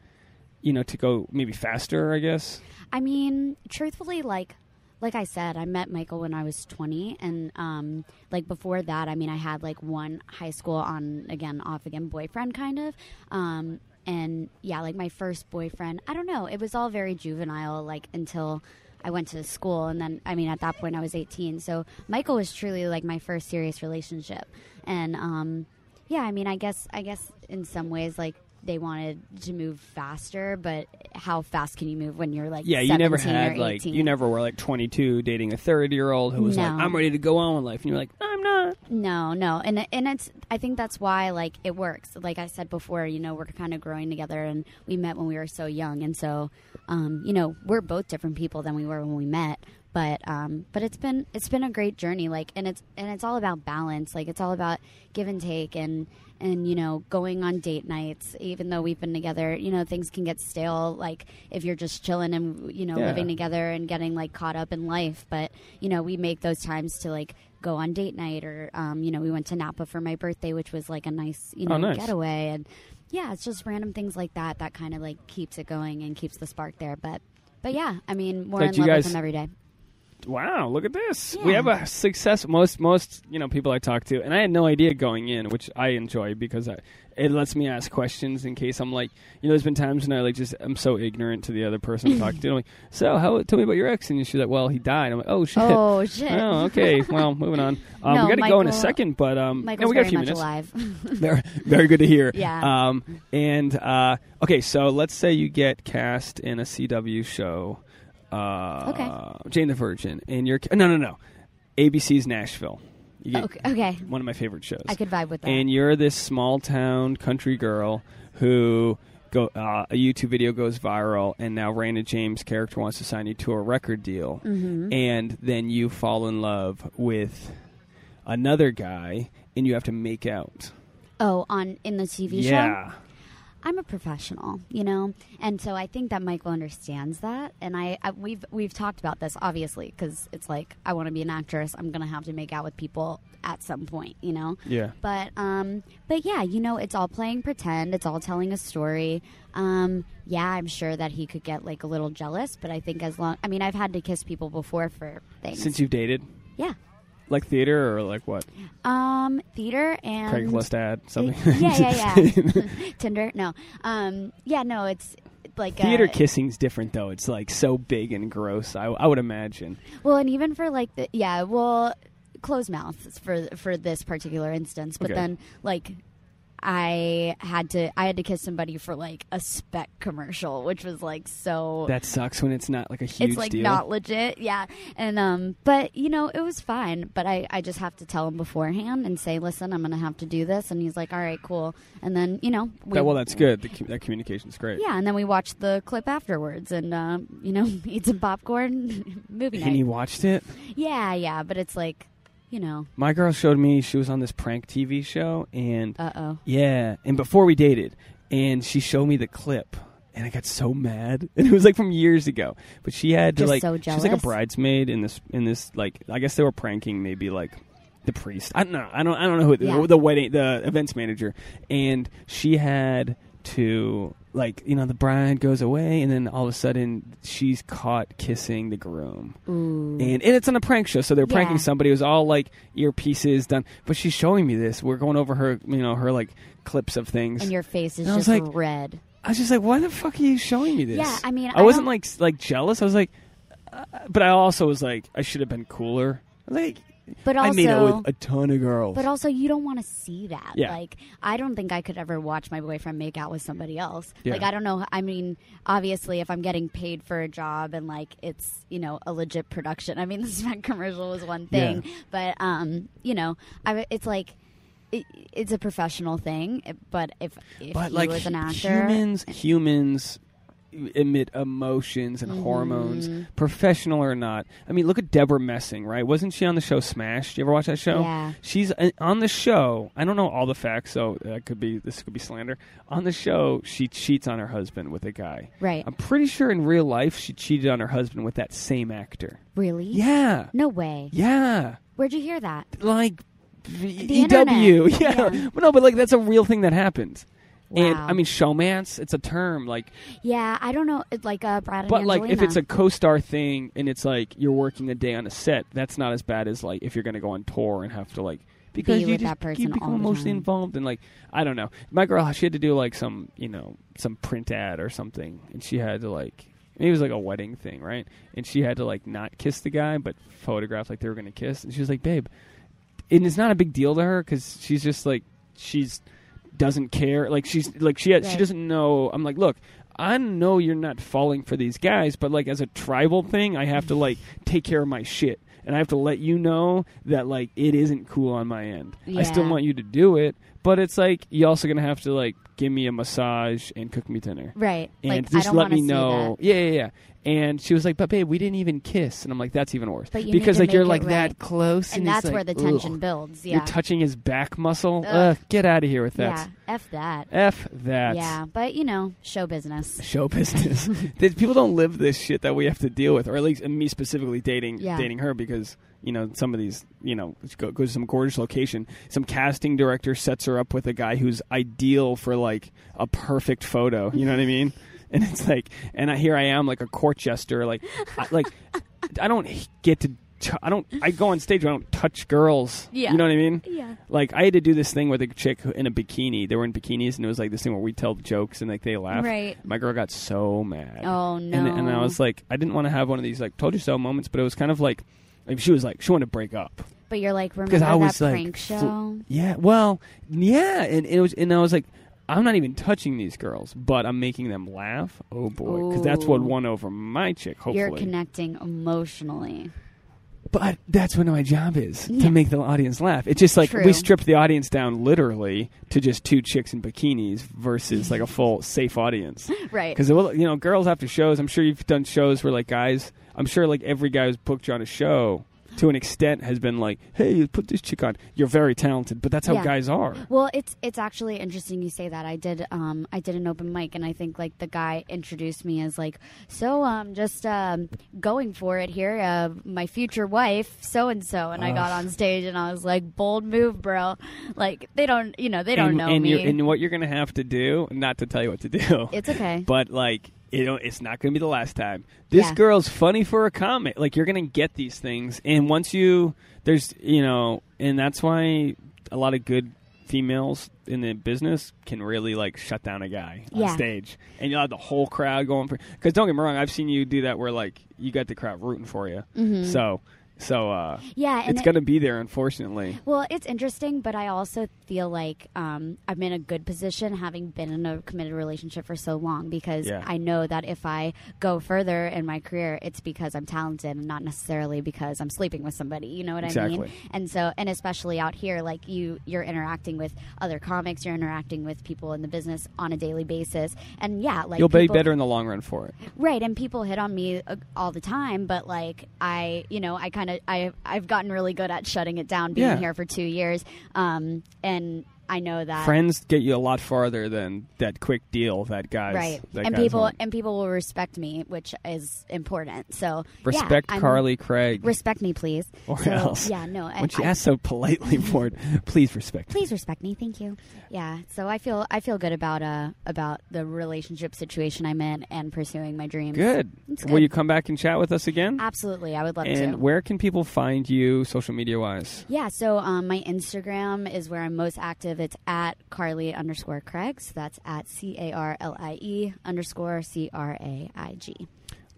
Speaker 2: you know, to go maybe faster? I guess.
Speaker 1: I mean, truthfully, like like I said, I met Michael when I was twenty, and um, like before that, I mean, I had like one high school on again, off again boyfriend, kind of. Um, and yeah, like my first boyfriend, I don't know, it was all very juvenile, like until. I went to school, and then I mean, at that point, I was 18. So Michael was truly like my first serious relationship, and um, yeah, I mean, I guess, I guess in some ways, like they wanted to move faster, but how fast can you move when you're like
Speaker 2: Yeah, you never
Speaker 1: 17 or
Speaker 2: had like
Speaker 1: 18?
Speaker 2: you never were like 22 dating a 30 year old who was like,
Speaker 1: No.
Speaker 2: I'm ready to go on with life, and you're like, I'm not.
Speaker 1: no no and and it's I think that's why like it works like I said before you know we're kind of growing together and we met when we were so young and so um, you know we're both different people than we were when we met but um, but it's been it's been a great journey like and it's and it's all about balance like it's all about give and take and and you know going on date nights even though we've been together you know things can get stale like if you're just chilling and you know
Speaker 2: Yeah.
Speaker 1: living together and getting like caught up in life but you know we make those times to like go on date night or um, you know we went to napa for my birthday which was like a nice you know
Speaker 2: Oh, nice.
Speaker 1: getaway and yeah it's just random things like that that kind of like keeps it going and keeps the spark there but But yeah, I mean, more
Speaker 2: Like,
Speaker 1: in
Speaker 2: do you
Speaker 1: love
Speaker 2: guys-
Speaker 1: with him every day.
Speaker 2: Wow, look at this.
Speaker 1: Yeah.
Speaker 2: We have a success most most, you know, people I talk to and I had no idea going in, which I enjoy because I, it lets me ask questions in case I'm like, you know, there's been times when I like just I'm so ignorant to the other person I'm talking to. I'm like, "So, how tell me about your ex?" and she's like, "Well, he died." I'm like, "Oh shit."
Speaker 1: Oh shit!
Speaker 2: Oh, okay. Well, moving on. Um,
Speaker 1: No,
Speaker 2: we got to go in
Speaker 1: Michael-
Speaker 2: a second, but um, no,
Speaker 1: Michael's
Speaker 2: we got
Speaker 1: very
Speaker 2: a few
Speaker 1: much
Speaker 2: minutes.
Speaker 1: alive.
Speaker 2: very, very good to hear.
Speaker 1: Yeah.
Speaker 2: Um, and uh, okay, so let's say you get cast in a CW show. Uh,
Speaker 1: Okay.
Speaker 2: Jane the Virgin, and you're no, no, no. ABC's Nashville. You get
Speaker 1: okay, okay,
Speaker 2: one of my favorite shows.
Speaker 1: I could vibe with that.
Speaker 2: And you're this small town country girl who go uh, a YouTube video goes viral, and now Raina James' character wants to sign you to a record deal,
Speaker 1: Mm-hmm.
Speaker 2: and then you fall in love with another guy, and you have to make out.
Speaker 1: oh, on in the TV show.
Speaker 2: yeah.
Speaker 1: I'm a professional, you know, and so I think that Michael understands that. And I, I we've we've talked about this obviously because it's like I want to be an actress. I'm gonna have to make out with people at some point, you know.
Speaker 2: Yeah.
Speaker 1: But um, but yeah, you know, it's all playing pretend. It's all telling a story. Um, yeah, I'm sure that he could get like a little jealous, but I think as long, I mean, I've had to kiss people before for things.
Speaker 2: Since you've dated,
Speaker 1: yeah.
Speaker 2: like theater or like what?
Speaker 1: Um, theater and
Speaker 2: Craigslist ad, something.
Speaker 1: yeah, yeah, yeah. Tinder? No. Um, yeah, no, it's like uh,
Speaker 2: Theater
Speaker 1: a,
Speaker 2: kissing's different though. It's like so big and gross. I, I would imagine.
Speaker 1: Well, and even for like the yeah, well, closed mouth for for this particular instance, but
Speaker 2: Okay.
Speaker 1: then like I had to I had to kiss somebody for like a spec commercial, which was like so
Speaker 2: That sucks when it's not like a huge
Speaker 1: it's like
Speaker 2: deal.
Speaker 1: not legit, yeah. And um, but you know it was fine. But I I just have to tell him beforehand and say, listen, I'm gonna have to do this, and he's like, all right, cool. And then you know we
Speaker 2: That- well, that's good. The, com- that communication's great.
Speaker 1: Yeah, and then we watched the clip afterwards, and uh, you know, eat some popcorn, movie
Speaker 2: And
Speaker 1: night.
Speaker 2: you watched it?
Speaker 1: yeah, yeah, but it's like, you know,
Speaker 2: My girl showed me she was on this prank TV show, and
Speaker 1: uh oh,
Speaker 2: yeah, and before we dated, and she showed me the clip, and I got so mad, and it was like from years ago. But she had to
Speaker 1: Just
Speaker 2: like
Speaker 1: so
Speaker 2: she was like a
Speaker 1: jealous?
Speaker 2: bridesmaid in this in this like I guess they were pranking maybe like the priest. I don't know. I don't. I don't know who
Speaker 1: Yeah.
Speaker 2: the, the wedding the events manager, and she had to like you know the bride goes away, and then all of a sudden she's caught kissing the groom.
Speaker 1: ooh,
Speaker 2: and, and it's on a prank show, so they're
Speaker 1: Mm-hmm. Yeah.
Speaker 2: pranking somebody. It was all like earpieces done, but she's showing me this. We're going over her, you know, her like clips of things.
Speaker 1: and your face is
Speaker 2: And I was
Speaker 1: just
Speaker 2: like,
Speaker 1: red.
Speaker 2: I was just like, why the fuck are you showing me this?
Speaker 1: Yeah, I mean,
Speaker 2: I,
Speaker 1: I
Speaker 2: wasn't
Speaker 1: don't-
Speaker 2: like s- like jealous. I was like, uh, but I also was like, I should have been cooler. Like,
Speaker 1: But also,
Speaker 2: I made out with a ton of girls.
Speaker 1: but also, you don't want to see that.
Speaker 2: Yeah.
Speaker 1: Like, I don't think I could ever watch my boyfriend make out with somebody else.
Speaker 2: Yeah.
Speaker 1: Like, I don't know. I mean, obviously, if I'm getting paid for a job and like it's you know a legit production. I mean, the Smack commercial was one thing, but um, you know, I it's like. It, it's a professional thing, but if if
Speaker 2: but
Speaker 1: he
Speaker 2: like
Speaker 1: was an
Speaker 2: hu-
Speaker 1: actor,
Speaker 2: humans, humans emit emotions and hormones,
Speaker 1: Mm-hmm.
Speaker 2: professional or not. I mean, look at Deborah Messing, right? Wasn't she on the show Smash? Do you ever watch that show?
Speaker 1: Yeah.
Speaker 2: She's uh, on the show. I don't know all the facts, so that could be this could be slander. On the show, she cheats on her husband with a guy.
Speaker 1: right?
Speaker 2: I'm pretty sure in real life she cheated on her husband with that same actor.
Speaker 1: really?
Speaker 2: Yeah.
Speaker 1: No way.
Speaker 2: Yeah.
Speaker 1: Where'd you hear that?
Speaker 2: Like v-
Speaker 1: The
Speaker 2: EW.
Speaker 1: internet.
Speaker 2: Yeah.
Speaker 1: Yeah.
Speaker 2: But no, but like that's a real thing that happened. And
Speaker 1: Wow.
Speaker 2: I mean showmance, it's a term like
Speaker 1: Yeah, I don't know. It's Like uh, Brad and
Speaker 2: but like if
Speaker 1: Angelina.
Speaker 2: it's a co-star thing and it's like you're working a day on a set, that's not as bad as like if you're going to go on tour and have to like because
Speaker 1: Be
Speaker 2: you
Speaker 1: with
Speaker 2: just
Speaker 1: that person
Speaker 2: you become
Speaker 1: all the
Speaker 2: emotionally
Speaker 1: time.
Speaker 2: involved and like I don't know. My girl, she had to do like some you know some print ad or something, and she had to like it was like a wedding thing, right? And she had to like not kiss the guy, but photograph like they were going to kiss, and she was like, babe, and it's not a big deal to her because she's just like she's doesn't care like she's like she she
Speaker 1: Right.
Speaker 2: doesn't know i'm like look i know you're not falling for these guys but like as a tribal thing i have to like take care of my shit and i have to let you know that like it isn't cool on my end i still
Speaker 1: Yeah.
Speaker 2: want you to do it but it's like you're also gonna have to like give me a massage and cook me dinner
Speaker 1: right,
Speaker 2: and
Speaker 1: like I
Speaker 2: just
Speaker 1: don't
Speaker 2: let
Speaker 1: wanna
Speaker 2: me
Speaker 1: see
Speaker 2: know.
Speaker 1: that.
Speaker 2: Yeah, yeah, yeah. And she was like, "But babe, we didn't even kiss." And I'm like, "That's even worse."
Speaker 1: But you need
Speaker 2: because
Speaker 1: to
Speaker 2: like you're
Speaker 1: make
Speaker 2: like
Speaker 1: it
Speaker 2: that
Speaker 1: right.
Speaker 2: close,
Speaker 1: and
Speaker 2: it's
Speaker 1: that's where the
Speaker 2: like,
Speaker 1: tension
Speaker 2: ugh.
Speaker 1: builds. Yeah,
Speaker 2: You're touching his back muscle.
Speaker 1: Ugh.
Speaker 2: Ugh, get out of here with
Speaker 1: yeah.
Speaker 2: that.
Speaker 1: F that.
Speaker 2: F that.
Speaker 1: yeah, but you know, show business.
Speaker 2: Show business. Th- People don't live this shit that we have to deal with, or at least and me specifically dating
Speaker 1: Yeah.
Speaker 2: dating her because you know some of these you know she go, goes to some gorgeous location. Some casting director sets her up with a guy who's ideal for like a perfect photo. You know what I mean? and it's like, and I, here I am, like a court jester, like, I, like I don't get to, t- I don't, I go on stage, I don't touch girls.
Speaker 1: Yeah.
Speaker 2: you know what I mean.
Speaker 1: Yeah.
Speaker 2: Like I had to do this thing with a chick who- in a bikini. They were in bikinis, and it was like this thing where we tell jokes and like they laugh.
Speaker 1: Right.
Speaker 2: My girl got so mad.
Speaker 1: Oh,
Speaker 2: And, and I
Speaker 1: no.
Speaker 2: was like, I didn't want to have one of these like told you so moments, but it was kind of like, like she was like, she wanted to break up
Speaker 1: But you're like, remember
Speaker 2: because I
Speaker 1: that
Speaker 2: was like,
Speaker 1: prank
Speaker 2: fl-
Speaker 1: show?
Speaker 2: yeah, well, yeah, and, it was, and I was like, I'm not even touching these girls, but I'm making them laugh. Oh boy, because that's what
Speaker 1: Ooh.
Speaker 2: won over my chick. Hopefully,
Speaker 1: You're connecting emotionally.
Speaker 2: but that's what my job is
Speaker 1: Yeah.
Speaker 2: to make the audience laugh. It's just like
Speaker 1: True.
Speaker 2: we stripped the audience down literally to just two chicks in bikinis versus like a full safe audience.
Speaker 1: Right.
Speaker 2: Because you know, girls after shows. I'm sure you've done shows where like guys. I'm sure like every guy who's booked you on a show. To an extent, has been like, "Hey, you put this chick on. You're very talented," but that's how
Speaker 1: Yeah.
Speaker 2: guys are.
Speaker 1: Well, it's it's actually interesting you say that. I did um I did an open mic and I think like the guy introduced me as like so um just um going for it here uh my future wife so and so and I got on stage and I was like bold move bro like they don't you know they don't
Speaker 2: and,
Speaker 1: know
Speaker 2: and
Speaker 1: me
Speaker 2: You're, and what you're going to have to do, not to tell you what to do,
Speaker 1: it's okay
Speaker 2: but like you know, it's not going to be the last time. This
Speaker 1: Yeah.
Speaker 2: girl's funny for a comment. Like you're going to get these things, and once you there's you know, and that's why a lot of good females in the business can really like shut down a guy on
Speaker 1: Yeah.
Speaker 2: stage, and you'll have the whole crowd going for. Because don't get me wrong, I've seen you do that where like you got the crowd rooting for you. So so uh,
Speaker 1: yeah Mm-hmm. and
Speaker 2: it's
Speaker 1: it-
Speaker 2: going to be there, unfortunately.
Speaker 1: Well, it's interesting, but I also feel like um, I'm in a good position having been in a committed relationship for so long because
Speaker 2: Yeah.
Speaker 1: I know that if I go further in my career, it's because I'm talented and not necessarily because I'm sleeping with somebody. You know what I
Speaker 2: Exactly.
Speaker 1: mean? And so, and especially out here, like you, you're interacting with other comics, you're interacting with people in the business on a daily basis, and yeah, like
Speaker 2: You'll be
Speaker 1: people-
Speaker 2: better in the long run for it.
Speaker 1: Right, and people hit on me uh, all the time, but like I, you know, I kind of I I've gotten really good at shutting it down. Being
Speaker 2: Yeah.
Speaker 1: here for two years, um, and I know that
Speaker 2: friends get you a lot farther than that quick deal that guys
Speaker 1: right,
Speaker 2: that
Speaker 1: and
Speaker 2: guys
Speaker 1: people
Speaker 2: want.
Speaker 1: and people will respect me, which is important. So yeah,
Speaker 2: respect
Speaker 1: I'm-
Speaker 2: Carly Craig
Speaker 1: respect me, please.
Speaker 2: or
Speaker 1: So,
Speaker 2: else.
Speaker 1: yeah, no, I,
Speaker 2: When she
Speaker 1: I-
Speaker 2: asked so politely for it, please respect.
Speaker 1: please respect me, thank you. Yeah, so I feel I feel good about uh about the relationship situation I'm in and pursuing my dreams.
Speaker 2: Good.
Speaker 1: It's
Speaker 2: Will
Speaker 1: good.
Speaker 2: you come back and chat with us again?
Speaker 1: Absolutely, I would love to.
Speaker 2: and where can people find you, social media wise?
Speaker 1: Yeah, so um, my Instagram is where I'm most active. It's at Carly underscore Craig. So that's at C A R L I E underscore C R A I G.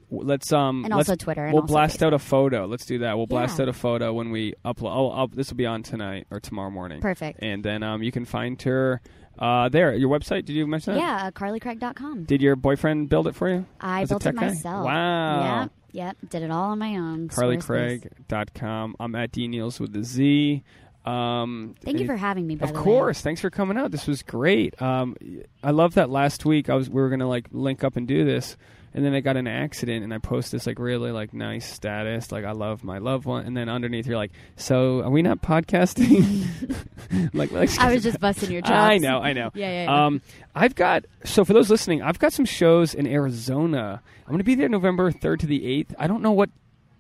Speaker 2: W- Let's um.
Speaker 1: And
Speaker 2: Mm, let's-
Speaker 1: also Twitter and
Speaker 2: We'll
Speaker 1: also
Speaker 2: blast out a photo. Let's do that. We'll blast
Speaker 1: Yeah.
Speaker 2: out a photo when we upload. Oh, up, this will be on tonight or tomorrow morning.
Speaker 1: Perfect.
Speaker 2: And then um, you can find her uh there. Your website? Did you mention that?
Speaker 1: Yeah, uh, CarlyCraig.com.
Speaker 2: Did your boyfriend build it for you?
Speaker 1: I
Speaker 2: As a
Speaker 1: built it
Speaker 2: tech guy?
Speaker 1: myself.
Speaker 2: Wow.
Speaker 1: Yep, yep. Did it all on my own. Squarespace.
Speaker 2: CarlyCraig.com. I'm at D Neals with the Z. Um,
Speaker 1: Thank you for having me, by
Speaker 2: Of
Speaker 1: the way.
Speaker 2: course, thanks for coming out. This was great. Um, I love that last week. I was we were gonna like link up and do this, and then I got in an accident, and I post this like really like nice status, like I love my loved one, and then underneath you're like, so are we not podcasting? like, like
Speaker 1: I was just busting your chops.
Speaker 2: I know, I know.
Speaker 1: Yeah, yeah, yeah.
Speaker 2: Um, I've got so for those listening, I've got some shows in Arizona. I'm going to be there November third to the eighth. I don't know what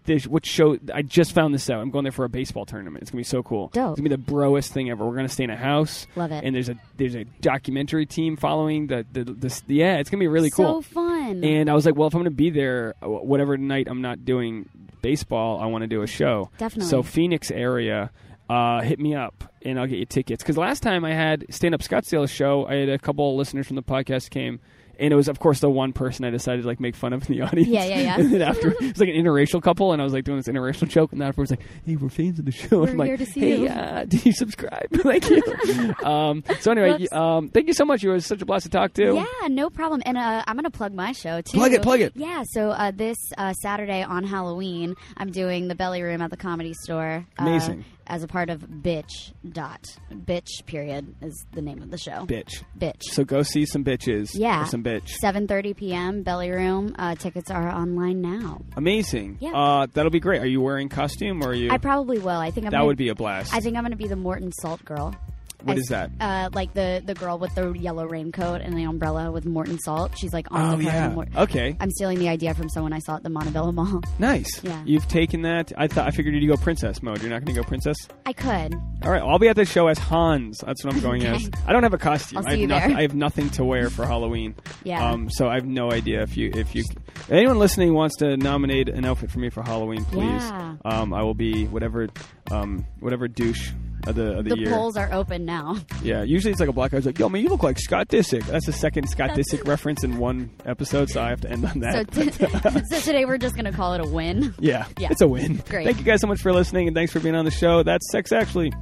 Speaker 2: this what show. I just found this out. I'm going there for a baseball tournament. It's going to be so cool.
Speaker 1: Dope.
Speaker 2: It's going to be the broest thing ever. We're going to stay in a house.
Speaker 1: Love it.
Speaker 2: And there's a there's a documentary team following the the, the, the yeah. It's going to be really
Speaker 1: So
Speaker 2: cool.
Speaker 1: fun.
Speaker 2: And I was like, well, if I'm going to be there, uh, wh- whatever night I'm not doing baseball, I want to do a show.
Speaker 1: Definitely.
Speaker 2: So Phoenix area, uh, hit me up and I'll get you tickets. Because last time I had stand up Scottsdale show, I had a couple of listeners from the podcast came. And it was, of course, the one person I decided to like make fun of in the audience.
Speaker 1: Yeah, yeah, yeah.
Speaker 2: and then after, it was like an interracial couple, and I was like doing this interracial joke, and then afterwards, like, "Hey, we're fans of the show."
Speaker 1: We're
Speaker 2: I'm like,
Speaker 1: here to see
Speaker 2: "Hey,
Speaker 1: you."
Speaker 2: Uh, do you subscribe?" Thank you. um, so anyway,
Speaker 1: Whoops.
Speaker 2: um, thank you so much. You were such a blast to talk to.
Speaker 1: Yeah, no problem. And uh, I'm going to plug my show too.
Speaker 2: Plug it, plug it.
Speaker 1: Yeah, so uh, this uh, Saturday on Halloween, I'm doing the Belly Room at the Comedy Store. uh,
Speaker 2: Amazing.
Speaker 1: as a part of Bitch Dot. Bitch period is the name of the show.
Speaker 2: Bitch.
Speaker 1: Bitch.
Speaker 2: So go see some bitches.
Speaker 1: yeah.
Speaker 2: Or some bitch.
Speaker 1: 7:30 p.m. Belly Room. Uh, tickets are online now.
Speaker 2: Amazing.
Speaker 1: Yeah.
Speaker 2: Uh, that'll be great. Are you wearing costume or are you?
Speaker 1: I probably will. I think I'm
Speaker 2: that
Speaker 1: gonna,
Speaker 2: would be a blast.
Speaker 1: I think I'm going to be the Morton Salt girl.
Speaker 2: What
Speaker 1: I
Speaker 2: is that?
Speaker 1: Uh, like the the girl with the yellow raincoat and the umbrella with Morton Salt. She's like on
Speaker 2: Oh
Speaker 1: the cover. of
Speaker 2: yeah.
Speaker 1: Mort-
Speaker 2: Okay.
Speaker 1: I'm stealing the idea from someone I saw at the Montebello Mall.
Speaker 2: Nice.
Speaker 1: Yeah.
Speaker 2: You've taken that. I thought I figured you'd go princess mode. You're not going to go princess.
Speaker 1: I could.
Speaker 2: All right. I'll be at the show as Hans. That's what I'm going as. I don't have a costume.
Speaker 1: I'll see
Speaker 2: I have
Speaker 1: you
Speaker 2: nothing.
Speaker 1: there.
Speaker 2: I have nothing to wear for Halloween.
Speaker 1: Yeah.
Speaker 2: Um. So I have no idea if you if you if anyone listening wants to nominate an outfit for me for Halloween, please.
Speaker 1: Yeah.
Speaker 2: Um. I will be whatever, um, whatever douche of the of the,
Speaker 1: The
Speaker 2: year.
Speaker 1: polls are open now.
Speaker 2: Yeah, usually it's like a black guy's like, "Yo, man, you look like Scott Disick." That's the second Scott Disick reference in one episode, so I have to end on
Speaker 1: So,
Speaker 2: that.
Speaker 1: t- so today we're just going to call it a win.
Speaker 2: yeah,
Speaker 1: yeah.
Speaker 2: it's a win.
Speaker 1: Great.
Speaker 2: Thank you guys so much for listening, and thanks for being on the show. That's Sex Actually.